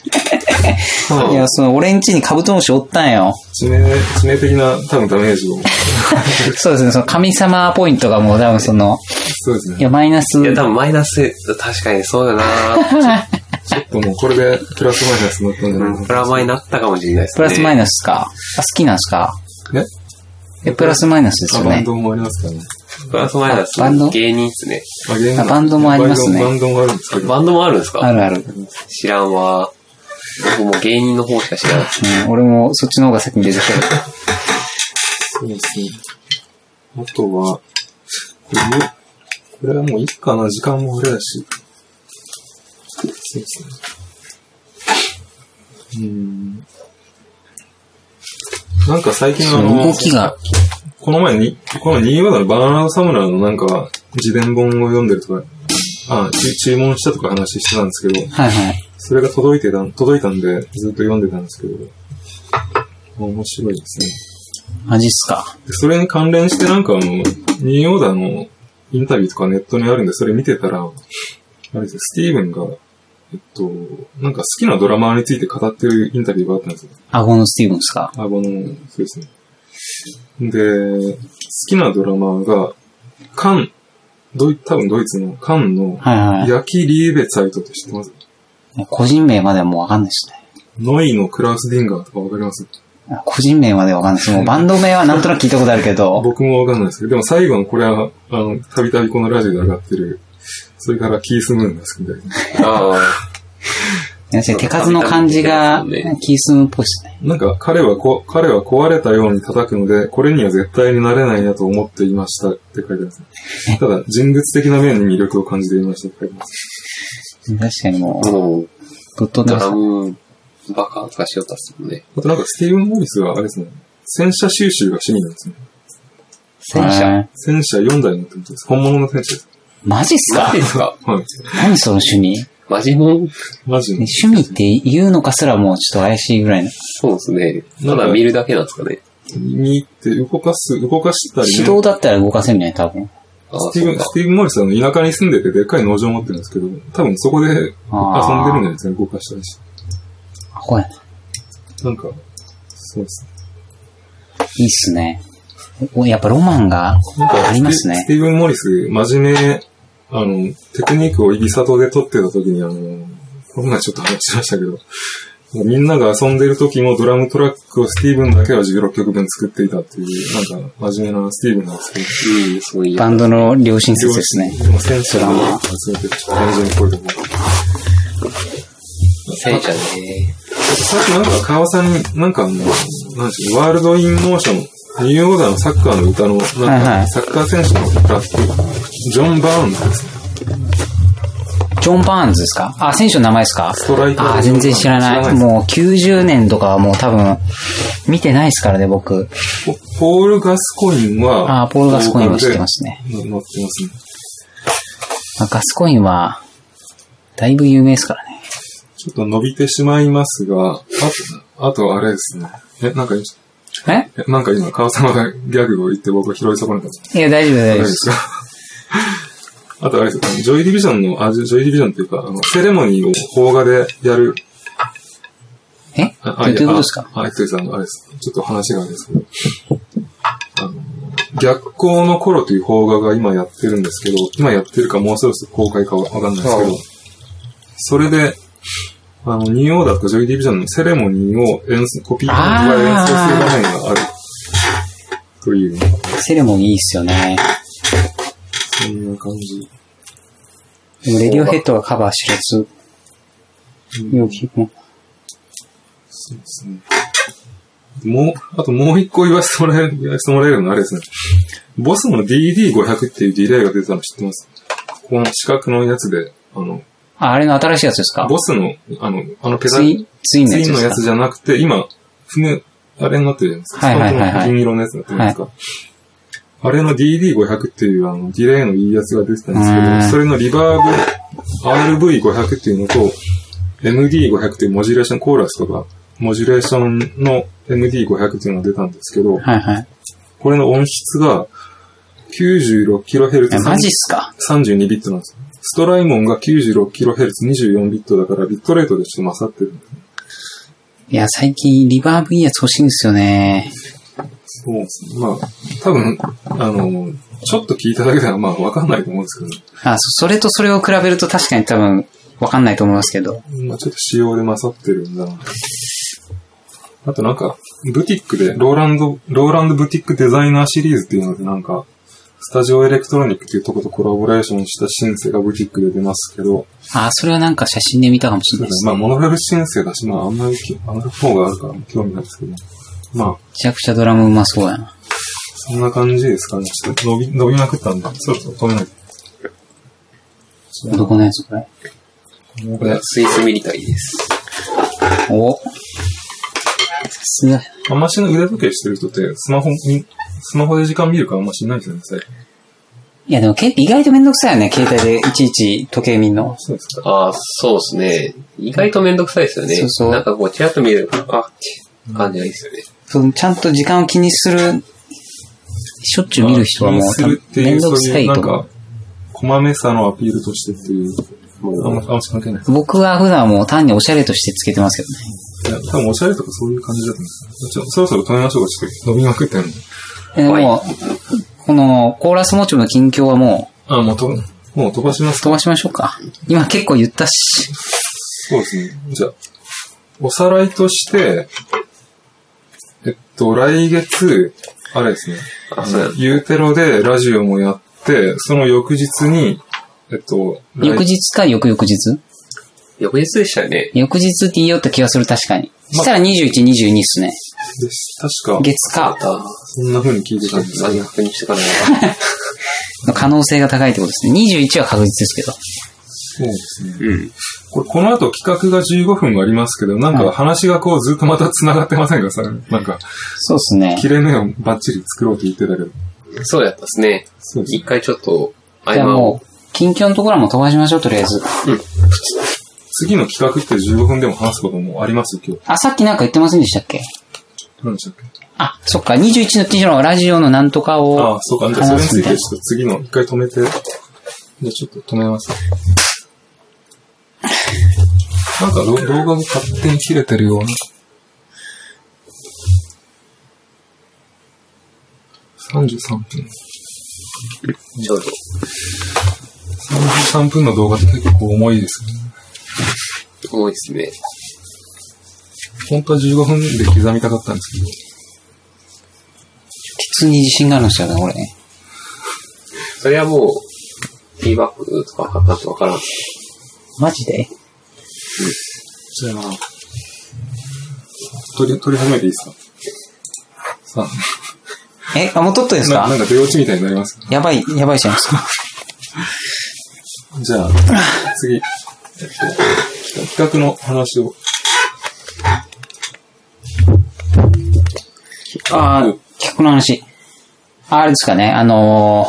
いや、その、俺ん家にカブトムシおったんよ。
致命、致命的な多分ダメージを。
そうですね、その神様ポイントがもう多分その、
そうです
い
ね。
や、マイナス
い。や、多分マイナス、確かにそうだな
ちょっともうこれでプラスマイナスになったんじゃないか
プラマイになったかもしれないですね。
プラスマイ
ナ
ナスですか。あ、好きなんですか。
な。ね
え、プラスマイナスです
あ、
よ
バン
ね。
ドもありますから
ス。
ね。
プラスマイナス
あバンド。
芸人ですね。
あ、ゲーム
あバンドもありますね
バンドもあるんですけど。
バンドもあるんですか
あるある。
知らんわ。僕もう芸人の方しか知らない。
うん、俺もそっちの方が先に出てくる。
そうですね。あとは、これ、これはもういいかな、時間もあれだし。そうですね。うん。なんか最近
[LAUGHS] そ
あ
の
の
動、きが、
この前に、この新潟のバナナサムラーのなんか、自伝本を読んでるとか、あ、注注文したとか話してたんですけど、
はいはい。
それが届いてた、届いたんで、ずっと読んでたんですけど、面白いですね。
マジっすか。
でそれに関連してなんかあの、ニューオーダーのインタビューとかネットにあるんで、それ見てたら、あれですよスティーブンが、えっと、なんか好きなドラマーについて語ってるインタビューがあったんですよ。
顎のスティーブンですか。
あの、そうですね。で、好きなドラマーが、カン、ドイ多分ドイツのカンの、
はいはい。
ヤキ・リーベツァイトって知ってます
個人名まではもうわかんないですね。
ノイのクラウス・ディンガーとかわかります
あ個人名まではわかんないです。もうバンド名はなんとなく聞いたことあるけど、
僕もわかんないですけど、でも最後のこれは、あの、たびたびこのラジオで上がってる、それからキースムーンが好きみたいな。
ああ。
ね手数の感じがキースムっぽいですね。
なんか、彼はこ、彼は壊れたように叩くので、これには絶対になれないなと思っていましたって書いてありますね。ただ、人物的な面に魅力を感じていましたって書いてます。
確かにもう、
もう、
ぶっ飛んで
ド
ます
ラ。ム、バカとかしよったっすもんね。
あとなんか、スティーブン・モリスはあれですね、戦車収集が趣味なんですね。
戦車。
戦車4台乗ってるんです。本物の戦車です。
マジっす
マ
か
ジですか
はい。
何その趣味ね
マジモン
マジの。
趣味って言うのかすらもうちょっと怪しいぐらいの。
そうですね。ただ見るだけなんですかね。
見って動かす、動かしたり、
手動だったら動かせんね、多分。
ああ、
スティ
そ
ーブ
う
ン、
か
ス。ティーブン・モリスはあの田舎に住んでてでっかい農場を持ってるんですけど、多分そこで遊んでるんじゃないですかね、動かしたりし。
あ、これ、い
なんか、そうです
いっすね。おやっぱロマンが
ね。なんか
あります
ス
ね。
ティーブン・モリス、真面目、あの、テクニックをイビサトで撮ってた時に、あの、この前ちょっと話しましたけど、みんなが遊んでる時もドラムトラックをスティーブンだけは16曲分作っていたっていう、なんか、真面目なスティーブンなんですけど、
うん、そういう。
バンドの良心説ですね。
でも戦車を集めてる、単純にこれでも。
戦車ね。
さっきなんか川さんに、なんかあの、なんでしょう、ワールドインモーション、ニューオーダーのサッカーの歌の、なん
はいは
か、
い
サッカー選手の歌って、ジョン・バーンズですね。
ジョン・バーンズですかあ、選手の名前ですか
ストライカー
あ、全然知らない。
知らないです
もう90年とかはもう多分、見てないですからね、僕。
ポポール・ガスコインは、
あ、ポール・ガスコインは知ってますね。
乗ってますね。
まあガスコインは、だいぶ有名ですからね。
ちょっと伸びてしまいますが、あと、あとあれですね。え、なんか、
え
えなんか今、川さんがギャグを言って僕を拾い損ねたんです
いや、大丈夫、大
大
丈夫
丈夫
で。
で
[LAUGHS]
すすかあとあれですね、ジョイディビジョンの、あ、ジョジョイディビジョンっていうか、あの、セレモニーを邦画でやる
え
あ
どどういうことですか
あ、あえてさん、あれです。ちょっと話があれですけど。あの、逆光の頃という邦画が今やってるんですけど、今やってるかもうそろそろ公開かわかんないですけ
ああ
ど、それで、あの、ニューオーダーとかジョイディビジョンのセレモニーを演奏、コピーが演奏する場面がある。という、
セレモニーいいっすよね。
そんな感じ。
でもレディオヘッドがカバーしてるやつ。よく聞くね
そうですね。もう、あともう一個言わせてもらえる、言わせてもらえるのはあれですね。ボスの DD500 っていうディレイが出たの知ってますこの四角のやつで、あの、
あ、あれの新しいやつですか
ボスの、あの、あのペダ
ツイ
ル、
ン、ツインの
ツ
や
イ
つで
ンの
す
や
か
つじゃなくて、今、船、あれになってるじゃないですか。
はいはいはいはい
スカウトの銀色のやつになってるじゃないですか。あれの DD500 っていう、あの、ディレイのいいやつが出てたんですけ
うん
ど、それのリバーブ RV500 っていうのと、 MD500 っていうモジュレーション、コーラスとか、モジュレーションの MD500 っていうのが出たんですけど、
はいはい。
これの音質が 96kHz
いや、マジっすか。
32ビットなんです。ストライモンが 96kHz24 ビットだからビットレートでちょっと勝ってるんですね。
いや、最近リバーブいいやつ欲しいんですよね。
そうですね。まあ、多分、あの、ちょっと聞いただけではまあわかんないと思うんですけど、
あ、そそれとそれを比べると確かに多分わかんないと思いますけど。
まあ、ちょっと仕様で勝ってるんだな。あとなんか、ブティックで、ローランド、ローランドブティックデザイナーシリーズっていうのでなんか、スタジオエレクトロニックっていうとことコラボレーションしたシンセがブティックで出ますけど、
あ、それはなんか写真で見たかもしれないです
ま
ね。
あ、モノラルシンセだし、まあ、あんまりき、あんまり方があるから興味ないですけど、まあ、
めちゃくちゃドラムうまそうやな。
そんな感じですかね。ちょっと伸び、伸びまくったんで、そろそろ止めないと。
どこのやつこれ。
これはスイスミリタリーです。
おさすが。
あんましの腕時計してる人って、スマホに、スマホで時間見るからあんましないですよね、最近。
いやでもけ意外とめんどくさいよね。携帯でいちいち時計見んの。
そうですか。
ああ、そうですね。意外とめんどくさいですよね。
そうそう
なんかこう、ちらっと見えるから、あって感じがいいですよね。
そのちゃんと時間を気にする、しょっちゅう見る人はもう
気にするってい
めん
う、
ど
そう
くさ
い、
いうと
なん
思う
か。、こまめさのアピールとしてっていう、あんま、あんまし関係ないです。
僕は普段もう単におしゃれとしてつけてますけどね。
いや、多分おしゃれとかそういう感じだと思うんですちょそろそろ止めましょうか、ちょっと伸びまくってるんで。
でも、このコーラスモチブの近況はも
あ、もうと、もう飛ばします
う飛ばしましょうか。今結構言ったし。
そうですね。じゃあ、おさらいとして、えっと、来月、あれですね。
あ、そうや。
ユーテロでラジオもやって、その翌日に、えっと、来
翌日か翌々日
翌日でしたよね。
翌日って言いよった気がする確かに。したら21、22っすね。
です。確か、
月か
また、
そんな風に聞いてたんです
何確認してからな。
の可能性が高いってことですね。21は確実ですけど。
そうですね。
うん。
これ、この後企画が15分ありますけど、なん
は
か
い
話がこうずっとまた繋がってませんかさ、なんか、
そうですね。
切れ目をバッチリ作ろうと言ってたけど。
そうやったですね。
そうです
一
ね。
回ちょっと、合
じゃあ
間を
も。う、近況のところはもう飛ばしましょう、とりあえず。
次の企画って15分でも話すこともあります今日。
あ、さっきなんか言ってませんでしたっけ
何でしたっけ
あ、そっか、21の記事のラジオのなんとか
ああ
を、
そうか。じゃあ、それについてちょ
話
っと次の、一回止めて。じゃあ、ちょっと止めます。なんかど、動画が勝手に切れてるような。33分。
ちょうど。
33分の動画って結構重いですね。
重いですね。
本当は15分で刻みたかったんです
鉄に自信があるんですよね、これね。
それはもう、フィーバックとかかかってわからん。
マジで
けど。じゃあ、撮り、撮り始めていいですかさ
え、あ、もう撮ったんで
あ、
す
な
か
なんか出落ちみたいになります
やばい、やばいじゃないですか。
じゃあ、次、えっと、企画の話を。
[LAUGHS] あー、企画の話。ああれですかね、あの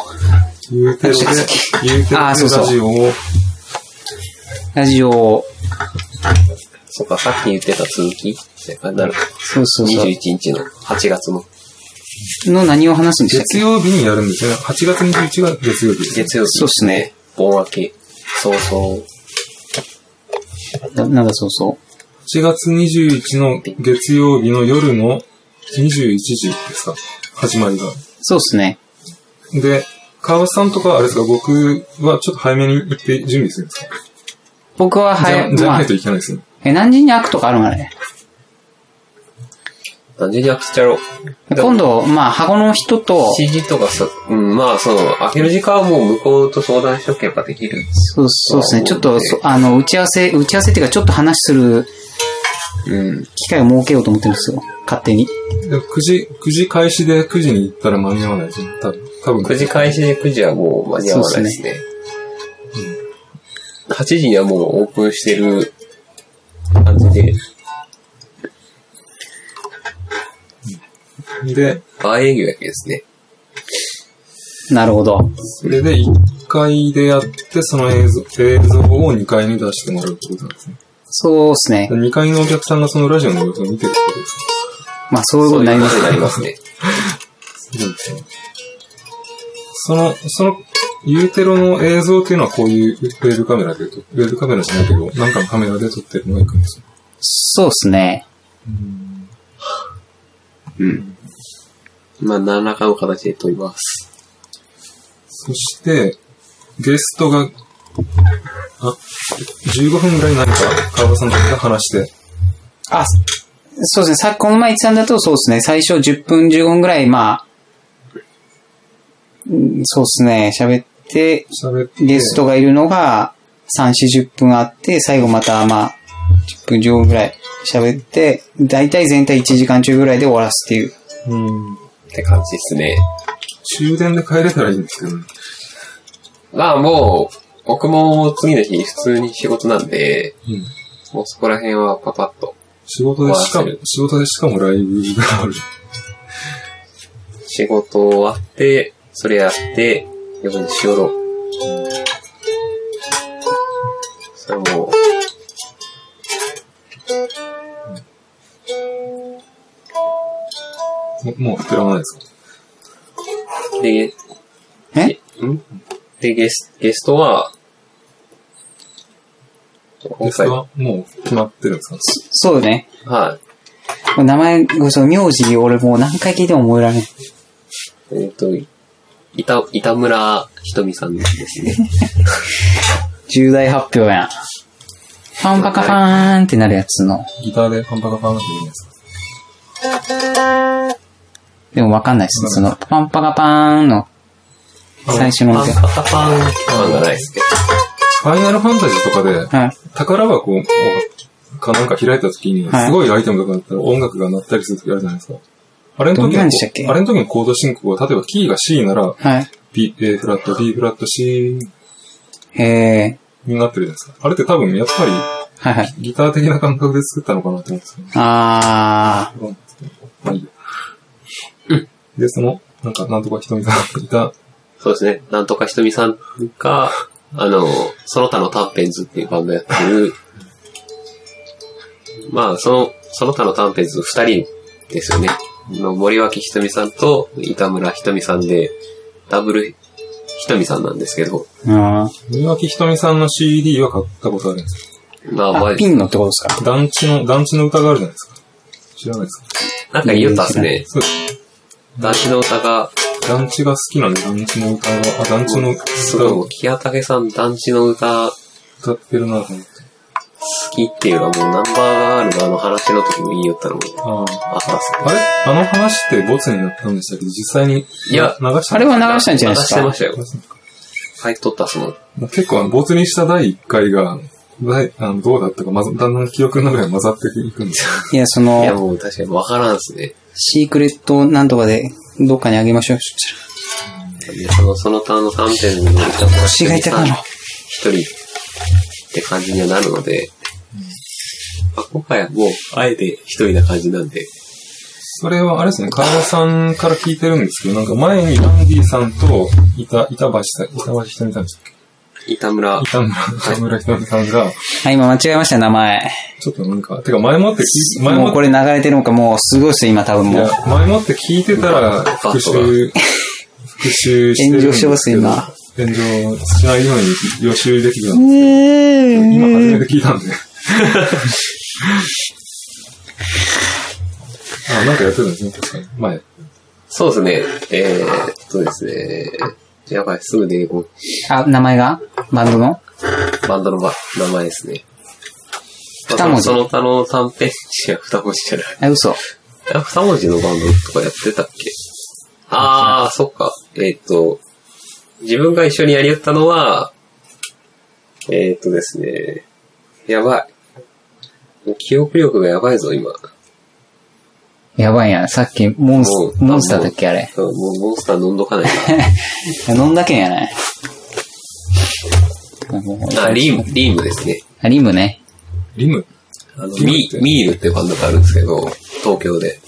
ユーテロで、ユーテロで
あ
ラ
そうそう
ジオを、
ー、ラジオを、
そうか、さっき言ってた続きって感じになる。
そうそうそ
21日の8月の
う。の何を話すんでしたっ
月曜日にやるんですよね。8月21が月曜日です。
月曜日。
そうっすね。
盆明け。そうそう。
けななんだそうそ
8月21の月曜日の夜の21時ですか始まりが。
う。そうですね。
で、川端さんとか、あれですか、僕はちょっと早めに行って準備するんですか
僕は
じ
早
ゃ
い、
じゃ
ま
な
あ
いと、いけないですね。
え、何時に開くとかあるんあれ。
何時に開けちゃろう。
今度、まあ、箱の人と、
7時とかさ、うん、まあ、その、開ける時間はもう向こうと相談しとけばできる。
そうそうですね。ちょっと、そあの、打ち合わせ、打ち合わせっていうか、ちょっと話する
うん。
機会を設けようと思ってるんですよ。勝手に。
で9時、9時開始で9時に行ったら間に合わないですね。多分。多分
9時開始で9時はもう間に合わないですね。8時にはもうオープンしてる感じで、
で、
バー営業やけですね。
なるほど。
それで1階でやって、その映像映像を2階に出してもらうってことなんですね。
そうですね。
2階のお客さんがそのラジオの様子を見てるってことですか
まあそういうことになります
そういう
ね
ことになりま。すね。
すごいですね。その、その、ユーテロの映像っていうのはこういうウェブカメラで撮ウェブカメラじゃないけど、なんかのカメラで撮ってるのがいくんですよ。
そうですね。
うん。まあ、何らかの形で問います。
そして、ゲストが、あ、15分ぐらい何か川端さんと話して、
あ、そうですね。さこの前言ってたんだと、そうですね。最初10分、15分ぐらい、まあ、うんそうですね。喋って、
喋って、
ゲストがいるのが3、40分あって、最後またまあ、10分、15分ぐらい喋って、だいたい全体1時間中ぐらいで終わらすっていう。
うん、
って感じですね。
終電で帰れたらいいんですけどね。
まあ、もう、僕も次の日普通に仕事なんで、
うん
もうそこら辺はパパッと。
仕事でしか
終わ
も
らせる、
仕事でしかもライブがある。
仕事終わって、それやって、夜にしよろう。それもう、
ももう膨らまないですか
で、
え
んで、ゲスゲストは、
ゲ
今
ス
回
ト
は、
はもう決まってるんですか
そうね。
は
名前、その名字、俺もう何回聞いても覚えられない。
い。えっ、と、いた、板村ひとみさんですね。
重大発表やん。ファンパカファーンってなるやつの。
ギターでパンパカパンって言うんですか
でもわかんないですね。その、パンパカパーンの最初の
パ
音
ンパカパン感がないですけ
ファイナルファンタジーとかで、
はい。
宝箱をかなんか開いた時に、
はい
すごいアイテムとかだったら音楽が鳴ったりする時あるじゃないですか。あれの
どん
時
な
の
んでしたっけ
あれの時のコード進行は、例えばキーが C なら、
はい。
B、A フラット、B フラット、C
へえ。
になってるじゃないですか。あれって多分、やっ
は
ぱ
いはい。
りギター的な感覚で作ったのかなって思うんですけど。
あ
どうなんですかねまあいいやで、その、なんか、なんとかひとみさんいた、
ど。そうですね。なんとかひとみさんが、あの、その他のタンペンズっていうバンドやってる、まあ、その、その他のタンペンズ二人ですよね。の森脇ひとみさんと板村ひとみさんで、ダブルひとみさんなんですけど、
ーあ
三脇ひとみさんの CD は買ったことあるんです
まあ、
ー。
ま
あ、
あ
ピンのってことですか
よ。団地の、団地の歌があるじゃないですか。知らないですか
なんか言いよったんですね。
そうです
男子の歌が、
団地が好きなんで、団地の歌が、あ、団地の
す
歌
ご
を
い、木谷武さん団地の歌好
歌ってるなと思って。
きっていうのはもうナンバーガールのあの話の時も言いよったのも
ああ。
あったっすね。
あれあの話ってボツになったんでしたっけど、実際に
いや
流した
あれは流したんじゃないですか
流してましたよ。はい、撮ったっすもん。
もう結構あの、ボツにした第1回が、第あのどうだったか、まざ、だんだん記憶の中で混ざっていくんです
い
よ。
や、そ
いや、
の、
もう確かにわからんっすね。
シークレットなんとかで、どっかにあげましょう。
でその、その他の3点の歌も
腰が痛くなる
一人って感じにはなるので、まあ、今回はもう、あえて一人な感じなんで、
それは、あれですね、川田さんから聞いてるんですけど、なんか前にランディさんと、板、板橋さん、板橋ひとみさんでしたっけ
板村、
板村、板村ひとみさんが、
あ、今間違えました、名前。
ちょっとなんか、てか前もって聞い、前も
も
っ
う
て
これ流れてるのか、もうすごいっすよ、今多分
い
も
や
う。、
前もって聞いてたら、復習、復習してるん
炎上
ですけど。
してます今
炎上しないように予習できるように
う
今
ん
初めて聞いたん
[LAUGHS]
で。あ、なんかやってたんですね、確かに。前。
そうですね、えー、っとですね、やばい、すぐ出てこん
あ、名前がバンドの
バンドのば名前ですね。
二文字
その他の短編集は二文字じゃない。
あ、嘘。
あ二文字のバンドとかやってたっけあー、そっか。えーっ、と、自分が一緒にやり合ったのは、えーっ、とですね、やばい。もう記憶力がやばいぞ、今。
やばいやん。さっき、モン
も
ス、
う
モンスターだっけ、あれ。
もうモンスター飲んどかない
[LAUGHS]
か
飲んだけんやない。もう
な。あ、リーム、リームですね。
あリムね。
リム
あの、ミー、ミールっていうバンドがあるんですけど、東京で。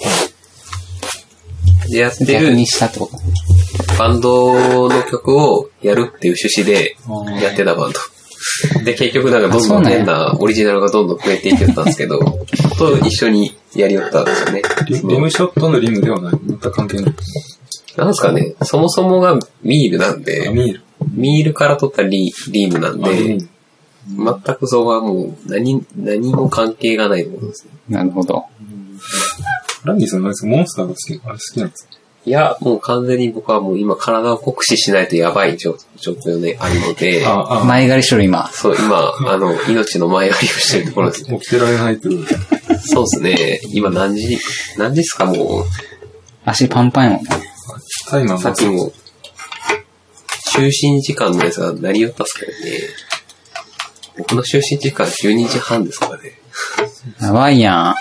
で、やって
逆
る、
にしたってこと。
バンドの曲をやるっていう趣旨でやってたバンド。で、結局なんかどんどん変なオリジナルがどんどん増えていってたんですけど、と一緒にやりよったんですよね。
リリムショットのリムではない。全く関係ない。
なんですかね、そもそもがミールなん
あ
で、
ミール。
ミールから取ったリリームなん
あリ
で
ム、
全くそこはもう何、何も関係がないと思うんですね。
なるほど。
ランディさん、あれですかモンスターが好き、あれ好きなんですか
いや、もう完全に僕はもう今体を酷使しないとやばい状状況ね、あるので、
ああ、
前借りしろ、今。
そう、今、あの、命の前割りをしてるところですね。
起きてられないってことで。
そうですね。今何時、何時ですかも
足パンパンやもんね。
タイマ
う、
ー
さっ
が
きも、就寝時間のやつが鳴り寄ったっすけどね。僕の就寝時間12時半ですからね。
やばいや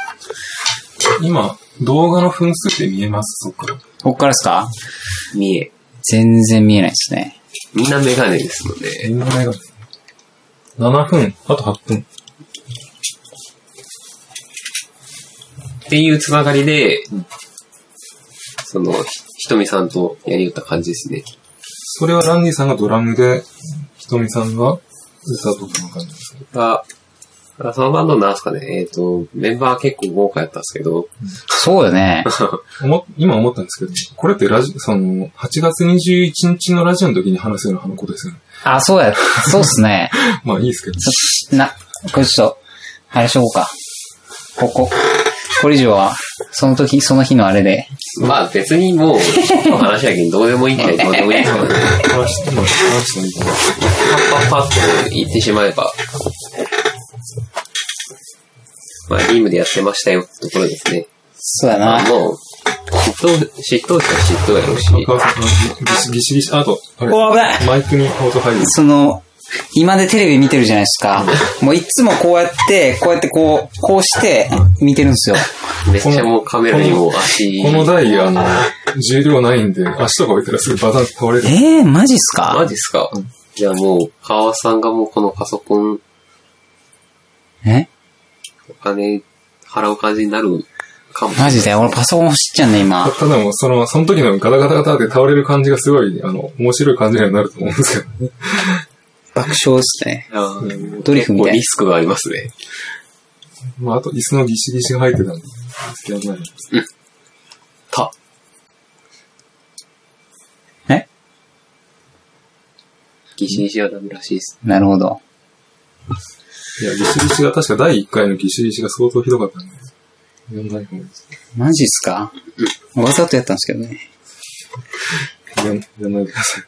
ん。
今、動画の分数って見えますそっから。
こっからですか
見え。
全然見えないですね。
みんなメガネですので、
みんな目が。7分、あと8分。
っていうつながりで、その、ひひとみさんとやり寄った感じですね。
それはランディさんがドラムで、ひとみさんが歌とかの感じですか
が、あそのバンドなんですかね、えっ、と、メンバー結構豪華やったんですけど、
そうだね。
思っ今思ったんですけど、これってラジ、その、8月21日のラジオの時に話すような話ですよね。
あ、そうや。そうっすね。
まあいいですけど。
な、これちょっと、あれしとこうか。ここ。これ以上は、その時、その日のあれで。
まあ別にもう、今日話だけどどうでもいいんだよ、どうでもいいですからね。
話しても、話してもいいかな。
パッパッパッと言ってしまえば、まあリームでやってましたよってところですね。
そうやな。
もう、嫉妬、嫉妬者は嫉妬やろうし、
赤川さん、ギシギシギシ、あと、あれ、
お、危ない
マイクにコート入る。
その、今でテレビ見てるじゃないですか。もういつもこうやって、こうやってこう、こうして見てるんですよ。
めっちゃもうカメラにもう足、
この台、あの、重量ないんで、足とか置いたらすぐバタンと倒れる。
ええー、マジっす
マ
か
ジっすかじゃあもう、川さんがもうこのパソコン、
え
お金払う感じになるかもしれな
マ
い。
ジで俺パソコン走っちゃうね、今。
ただもう、その、その時のガタガタガタって倒れる感じがすごい、あの、面白い感じにはなると思うんですけど。 [LAUGHS]
爆笑っすね。
あー
ドリフみたい
結構リスクがありますね。
まあ、あと、椅子のギシギシが入ってたんで、付き合いないです。
た。
え
ギシギシはダメらしいです。
なるほど。
いや、ギシギシが、確か第1回のギシギシが相当ひどかったんで、読んだ方がいいです。
マジっすかわざとやったんですけどね。
読ん読んないでください。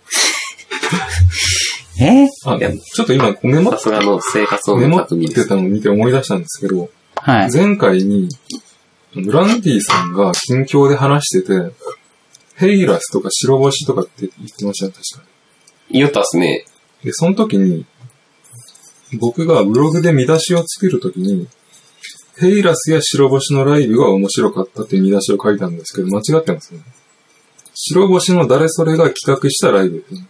えー
あ、でもちょっと今、メモ
さ、すがの生活
メ
音
モ
の
って
匠です。
たのを見て思い出したんですけど、
はい。
前回に、ランディさんが近況で話してて、ヘイラスとか白星とかって言ってましたよ、確か
言ったっすね。
に。で、その時に、僕がブログで見出しを作る時に、ヘイラスや白星のライブが面白かったっていう見出しを書いたんですけど、間違ってますね。白星の誰それが企画したライブっていう。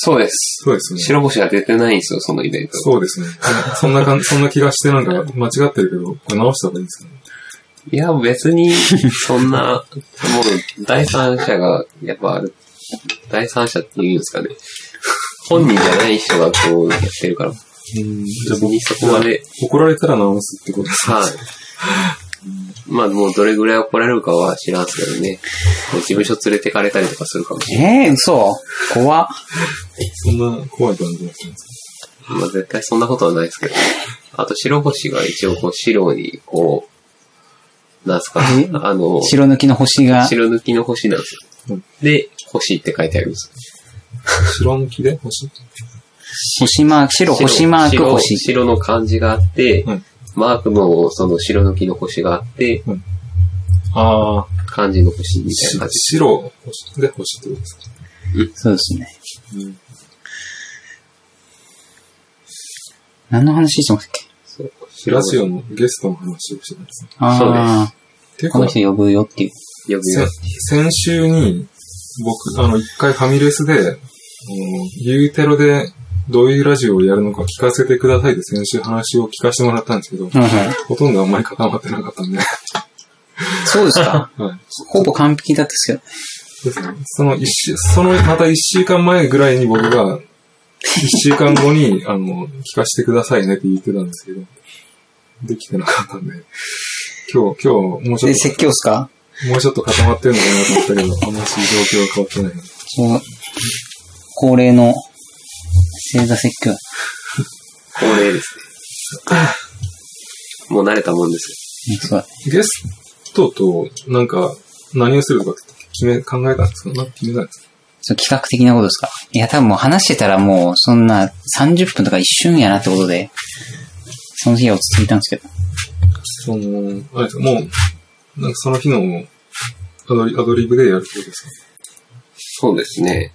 そうです。
そうですね。
白星が出てないんですよ、そのイベント。
そうですね。そん
[LAUGHS]
な感じ、そんな気がしてなんか間違ってるけど、これ直した方がいいんですかね。
いや、別に、そんな、もう、第三者が、やっぱある、第三者って言うんですかね。本人じゃない人がこうやってるから、
じゃあ
別にそこまで、
僕、怒られたら直すってことですね
はい。まあ、もうどれぐらい怒られるかは知らんすけどね。もう事務所連れてかれたりとかするかもしれ
えー、嘘怖っ。
そんな怖い感じがするんです
ない。まあ、絶対そんなことはないです
[LAUGHS]
けど。あと、白星が一応、こう、白に、こう、なんすか、
え
あの、
白抜きの星が。
白抜きの星なんです
う
よ
ん。
で、星って書いてあります。
か白抜きで星
星マーク、白星マーク
白
星。
白の漢字があって、
うん
マークのその白抜きの星があって、
ああ、
漢字の星みたいな感じ。
白、星で星ってことですか
そうですね。
うん
何の話してましたっけ
そう
ラジオのゲストの話をしてたんですね。
あ
てい
あ、
うか
この、人呼ぶよっていう。
呼び
せ
ます。
先週に、僕、あの、一回ファミレスで、あのユーテロでどういうラジオをやるのか聞かせてくださいって先週話を聞かせてもらったんですけど
う、んうん、
ほとんどあんまり固まってなかったんで、。
そうですか
はい。
ほぼ完璧だったっすけど。
そうですね。その一週、そのまた一週間前ぐらいに僕が、一週間後に、 [LAUGHS] あの、聞かせてくださいねって言ってたんですけど、できてなかったんで、今日、今日、もうちょ
で、
っ
説教っすか
と、もうちょっと固まってるのかなと思ったけど、あんまし状況が変わってないな。
その、恒例の、正座説教。
恒例ですね。もう慣れたもんです
うんそうだ
ゲストと、なんか、何をするとかって決め、考えたんですかなんか決めたんですか
そう企画的なことですかいや、多分もう話してたらもう、そんな30分とか一瞬やなってことで、その日は落ち着いたんですけど。
その、あれですか、もう、なんかその日のアドリ、アドリブでやるってことですか
そうですね。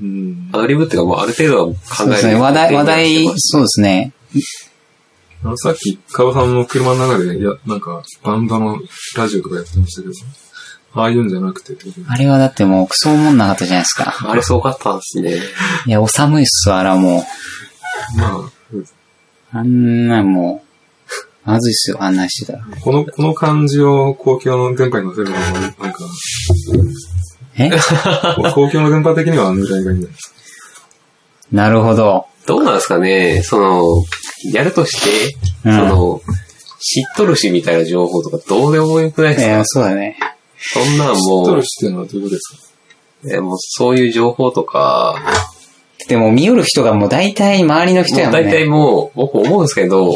うん。
アドリブっていうか、まあ、ある程度は考
そう
え
ですね。話題、話題、
そ
そうですね。
あの、さっき、カバさんの車の中で、いや、なんか、バンドのラジオとかやってましたけど、ああいうんじゃなくてってことで
あれはだってもう、クソおもんなかったじゃないですか。
あれすごかったんですね。
いや、お寒いっすわ、あらもう。
ま
あんなもう、まずいっすよ、案内してたら。
あ、この、この感じを公共の電波に乗せるのも、なんか、
[LAUGHS] え
公共の電波的には狙いがいいんじゃないですか。
なるほど。
どうなんですかね、その、やるとして、
うん
その、知っとるしみたいな情報とかどうでもよくない
い
です
や
か、
そうだね。
そんなん
ト
も
ルシっていうのはどういうことですか
う、えもうそういう情報とか、
でも、見よる人がもう大体周りの人
も
や
う
もん
大体
ね。
もう、僕思うんですけど、
ん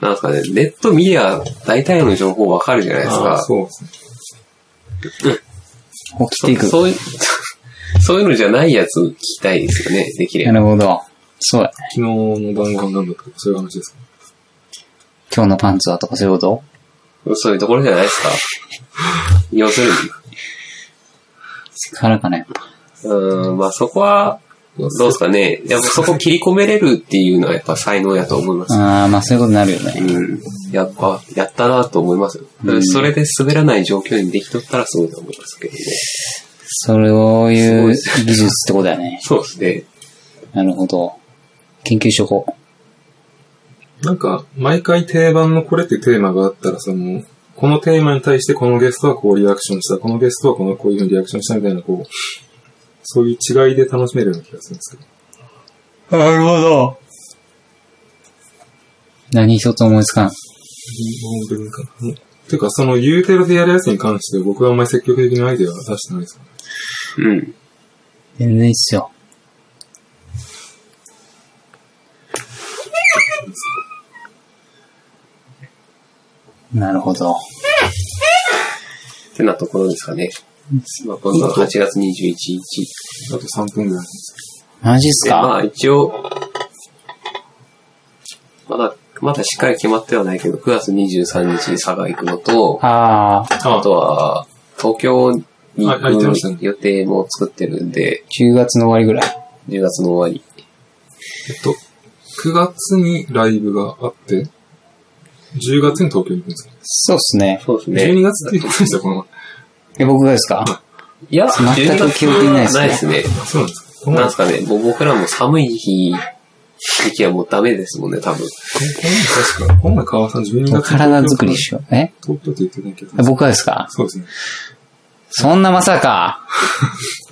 なんですかね、ネット見りゃ大体の情報わかるじゃないです
あ
か。
あそうですね。
起きていく。
そう [LAUGHS] いう、そういうのじゃないやつ聞きたいですよね、できれ
な
ば。
るほど。そうだ。
昨日の晩ご飯なんだとか、そういう話ですか
今日のパンツはとかそういうこと
そういうところじゃないですか。要するに。
力かな、やっぱ。
うん、まあそこは、どうですかね。やっぱそこ切り込めれるっていうのはやっぱ才能やと思います。
ああ、まあそういうことになるよね。
うん。やっぱ、やったなと思いますよ。それで滑らない状況にできとったらすごいと思いますけどね。
それをいう技術ってことだよね。
そうですね。
なるほど。研究しとこう。
なんか、毎回定番のこれってテーマがあったら、その、このテーマに対してこのゲストはこうリアクションした、このゲストはこのこういうふうにリアクションしたみたいな、こう、そういう違いで楽しめるような気がするんですけど。
なるほど。何一つ思いつかん。
もうどうかなうんていうか、その言うてるでやるやつに関して僕はあんまり積極的なアイデアは出してないですよね。
うん。
全然いいっすよ。なるほど。
ってなところですかね。まあ今度は8月21日。
あと3分ぐらいです。
マジっす
で、ま
か
あ一応、まだ、まだしっかり決まってはないけど、9月23日に佐賀行くのと、
ああ、
あ
あとは、東京に行
ああ言ってましたね
く予定も作ってるんで、
10月の終わりぐらい。
10月の終わり。
えっと、9月にライブがあって、10月に東京に行くんですか、
そうっすね。
そうです
12。月って言ってました、この
え、僕がですか
いや、
全く
12月
記憶にないですね
ないですね。
前。そうなんですかこの
なんですかね、もう僕らも寒い日、時期はもうダメですもんね、多分。
この前確か、この前川さん12月に
体作りしよう。え
東京って言ってないけど。
僕がですか
そうですね。
そんなまさか。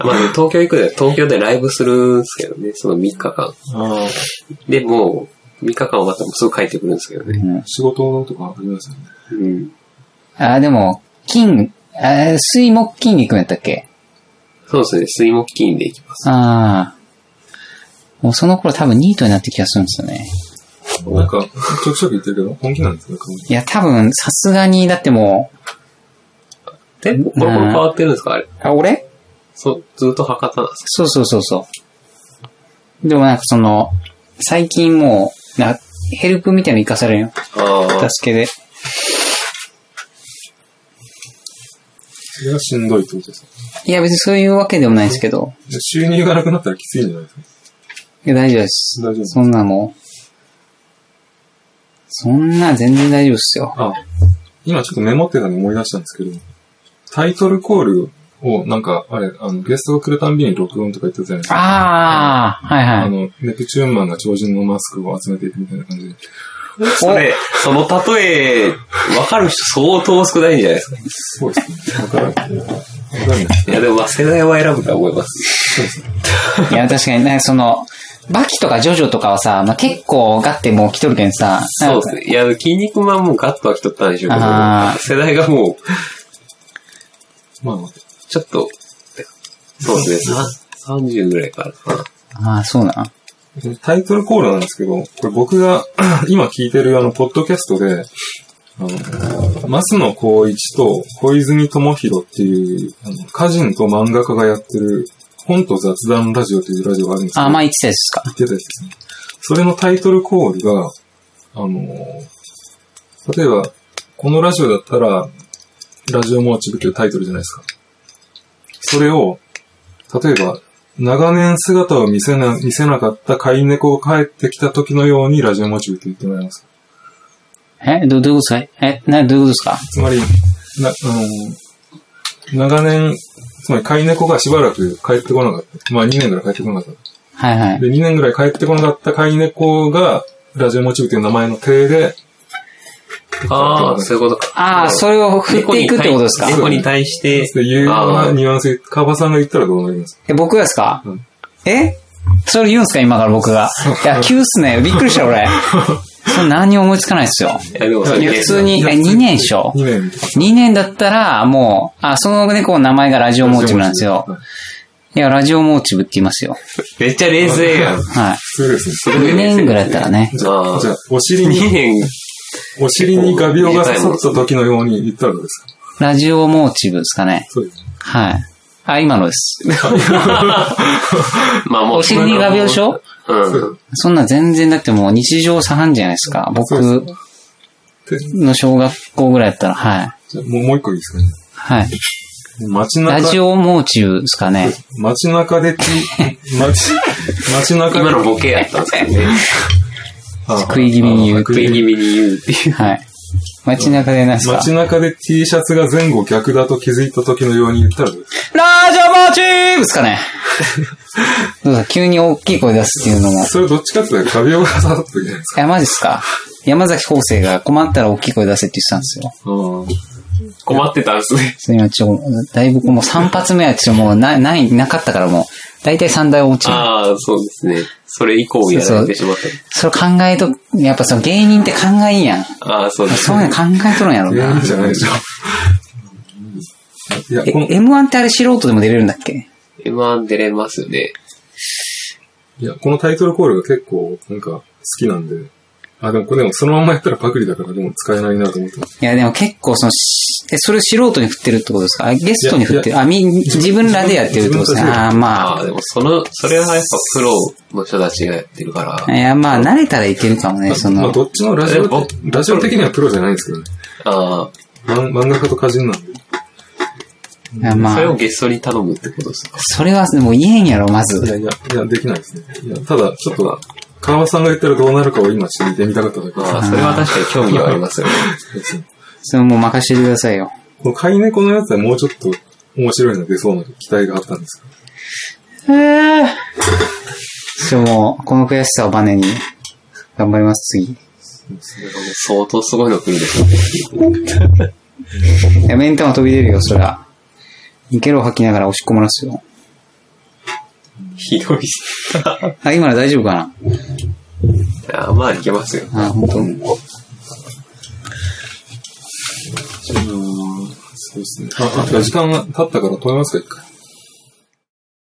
まあ、ね、東京行くで、東京でライブするんですけどね、その3日間。
ああ、
で、もう、3日間終わったらもうすぐ帰ってくるんですけどね。
うん、
仕事とかありますよね。
うん。
ああ、でも、金、あー水木金行くんやったっけ
そうですね、水木金で行きます。
ああ。もうその頃多分ニートになって気がするんですよね。
なんか、ちょくちょく言ってるけど、本気なんですね、
いや、多分、さすがに、だっても
で、ボロボロ変わってるんですかあれ
う。、あ、俺
そう、ずっと博多なんです
そうそうそうそう。でもなんかその、最近もう、なヘルプみたいなの行かされるよ。
かああ。
助けで。
それがしんどいってことですか。
いや、別にそういうわけでもないですけど。
じゃあ収入がなくなったらきついんじゃないですか。
いや、大丈夫です。
大丈夫
そんなもう。そんな全然大丈夫っすよ。
あ、今ちょっとメモってたの思い出したんですけど、タイトルコールを、なんか、あれ、あの、ゲストが来るたんびに録音とか言ってたじゃないですか。
ああ、はいは
あ
い。
の、ネプチューンマンが超人のマスクを集めていくみたいな感じで。
それ、その例え、わかる人相当少ないんじゃないですか。
すごいですね。わからない。わからない。
いや、でもまあ世代は選ぶとは思います。
いや、確かにね、その、バキとかジョジョとかはさ、まあ、結構ガッてもう来とるけんさ、
そうですね。いや、筋肉マンもガッとは来とったんでしょうけど
あ、
世代がもう、
まあまあ、
ちょっと、そうですね。さ30ぐらいからかな。
ああ、そうなん。あ
タイトルコールなんですけど、これ僕が [CLEARS THROAT] 今聞いてるあの、ポッドキャストで、あの、増野光一と小泉智弘っていう、あの、歌人と漫画家がやってる、本と雑談ラジオというラジオがあるんですけど、
あ、まあ、言ってたやつか。
言ってたやつですね。それのタイトルコールが、あのー例えば、このラジオだったら、ラジオモーチブというタイトルじゃないですか。それを、例えば、長年姿を見せな、見せなかった飼い猫が帰ってきた時のようにラジオモーチブと言ってもらえますか
えど、どういうことですかえな、どういうことですか
つまり、な、あのー長年、つまり飼い猫がしばらく帰ってこなかった。まあ2年ぐらい帰ってこなかった。
はいはい。
で、2年ぐらい帰ってこなかった飼い猫が、ラジオモチブという名前の体で、
ああ、そういうことか。
ああ、それを振っていくってことですか
猫に対して、
言うよう
あ
な
ー
ニュアンスで、カバさんが言ったらどうなります
え、僕がですか、
うん
えそれ言うんすか今から僕が。いや、急っすね。びっくりした、俺。そんな何にも思いつかないっすよ。
いやでもそ
いや
れ
普通に、え、2年でしょ
?2 年。
?2 年だったら、もう、あ、その猫の名前がラジオモーチブなんですよ。
はい。
いや、ラジオモーチブって言いますよ。
めっちゃ冷静やん。
はい。
普通ですね。
すごい
2
冷静
年ぐらいだったらね。
じゃあ
じゃあ、お尻
2
に、
年、
[LAUGHS] お尻に画鋲が刺さった時のように言ったらどうですか
ラジオモーチブですかね。
そうです。
はい。あ、今のです。
まあもう。
お尻に画鋲でしょ
うん。
そんな全然だってもう日常茶飯事じゃないですか。僕
そうで
の小学校ぐらいだったら、はい。
じゃあもう、もう一個いいですかね。
[LAUGHS] はい。
街
ラジ
中、
オモーチブですかね。
街
[LAUGHS]
中でち、街、街中
[LAUGHS] 今
で、
のボケやったんですよね。
あ
食い気味に言う
食
[LAUGHS] 食い気味に言うっていう。
はい。街中で何ですかラジ
街中で T シャツが前後逆だと気づいた時のように言ったらどうですか
オモーチブですかね。どうだ急に大きい声出すっていうのも。
それどっちかっていうと、画鋲が刺さった時じゃないです
え、マジっすか山崎厚生が困ったら大きい声出せって言ってたんですよ。
か。うん。
困ってたんですね。
それ今ちょ、だいぶもう3発目はちょ、もうな、ない、なかったからもう、だいたい3台落ちる。
ああ、そうですね。それ以降やられてしまった。
それ考えと、やっぱその芸人って考えいいやん。
ああ、そうです
そういうの考えとるんやろう
いや、いい
な。
んじゃないでしょう。いや、
え
この、い
M1 ってあれ素人でも出れるんだっけ
M1 出れますよね。
や、このタイトルコールが結構、なんか、好きなんで。あ、でもこれでもそのまんまやったらパクリだから、でも使えないなと思ってます。
いや、でも結構その、しえ、それ素人に振ってるってことですかあゲストに振って
い
るあ、み、自分らでやってるってことです
自分
ね。
たちで
あーま
ああ、でもその、それはやっぱプロの人たちがやってるから。
あ。いや、まあ、慣れたらいけるかもね、そ
まあ、
の。
どっちのラジ
え
オ
ぼ、
ラジオ的にはプロじゃないんですけどね。
あ
漫漫画家と歌人なんで。
いや
あ、
ま
それを
あ、
ゲストに頼むってことですか。
それは、でも言えんやろ、まず
い。やいや、いや、できないですね。いや、ただ、ちょっと、川端さんが言ったらどうなるかを今、ちょっと見てみたかっただけ
ああ、それは確かに興味はありますよ [LAUGHS] ね。
ですね。
それもう任せてくださいよ。
この飼い猫のやつはもうちょっと面白いの出そうな期待があったんですけど
ええ。ちょ、もう、この悔しさをバネに、頑張ります、次。
それがもう相当すごいの来るでしょうね。
いや、目ん玉飛び出るよ、そりゃ。ゲロ吐きながら押し込まらすよ。
ひ [LAUGHS] どいっす。
あ、今の大丈夫かない
やまあ、いけますよ。
あ、本当。
そうですね。あ、あ時間が経ったから止めますか、一回。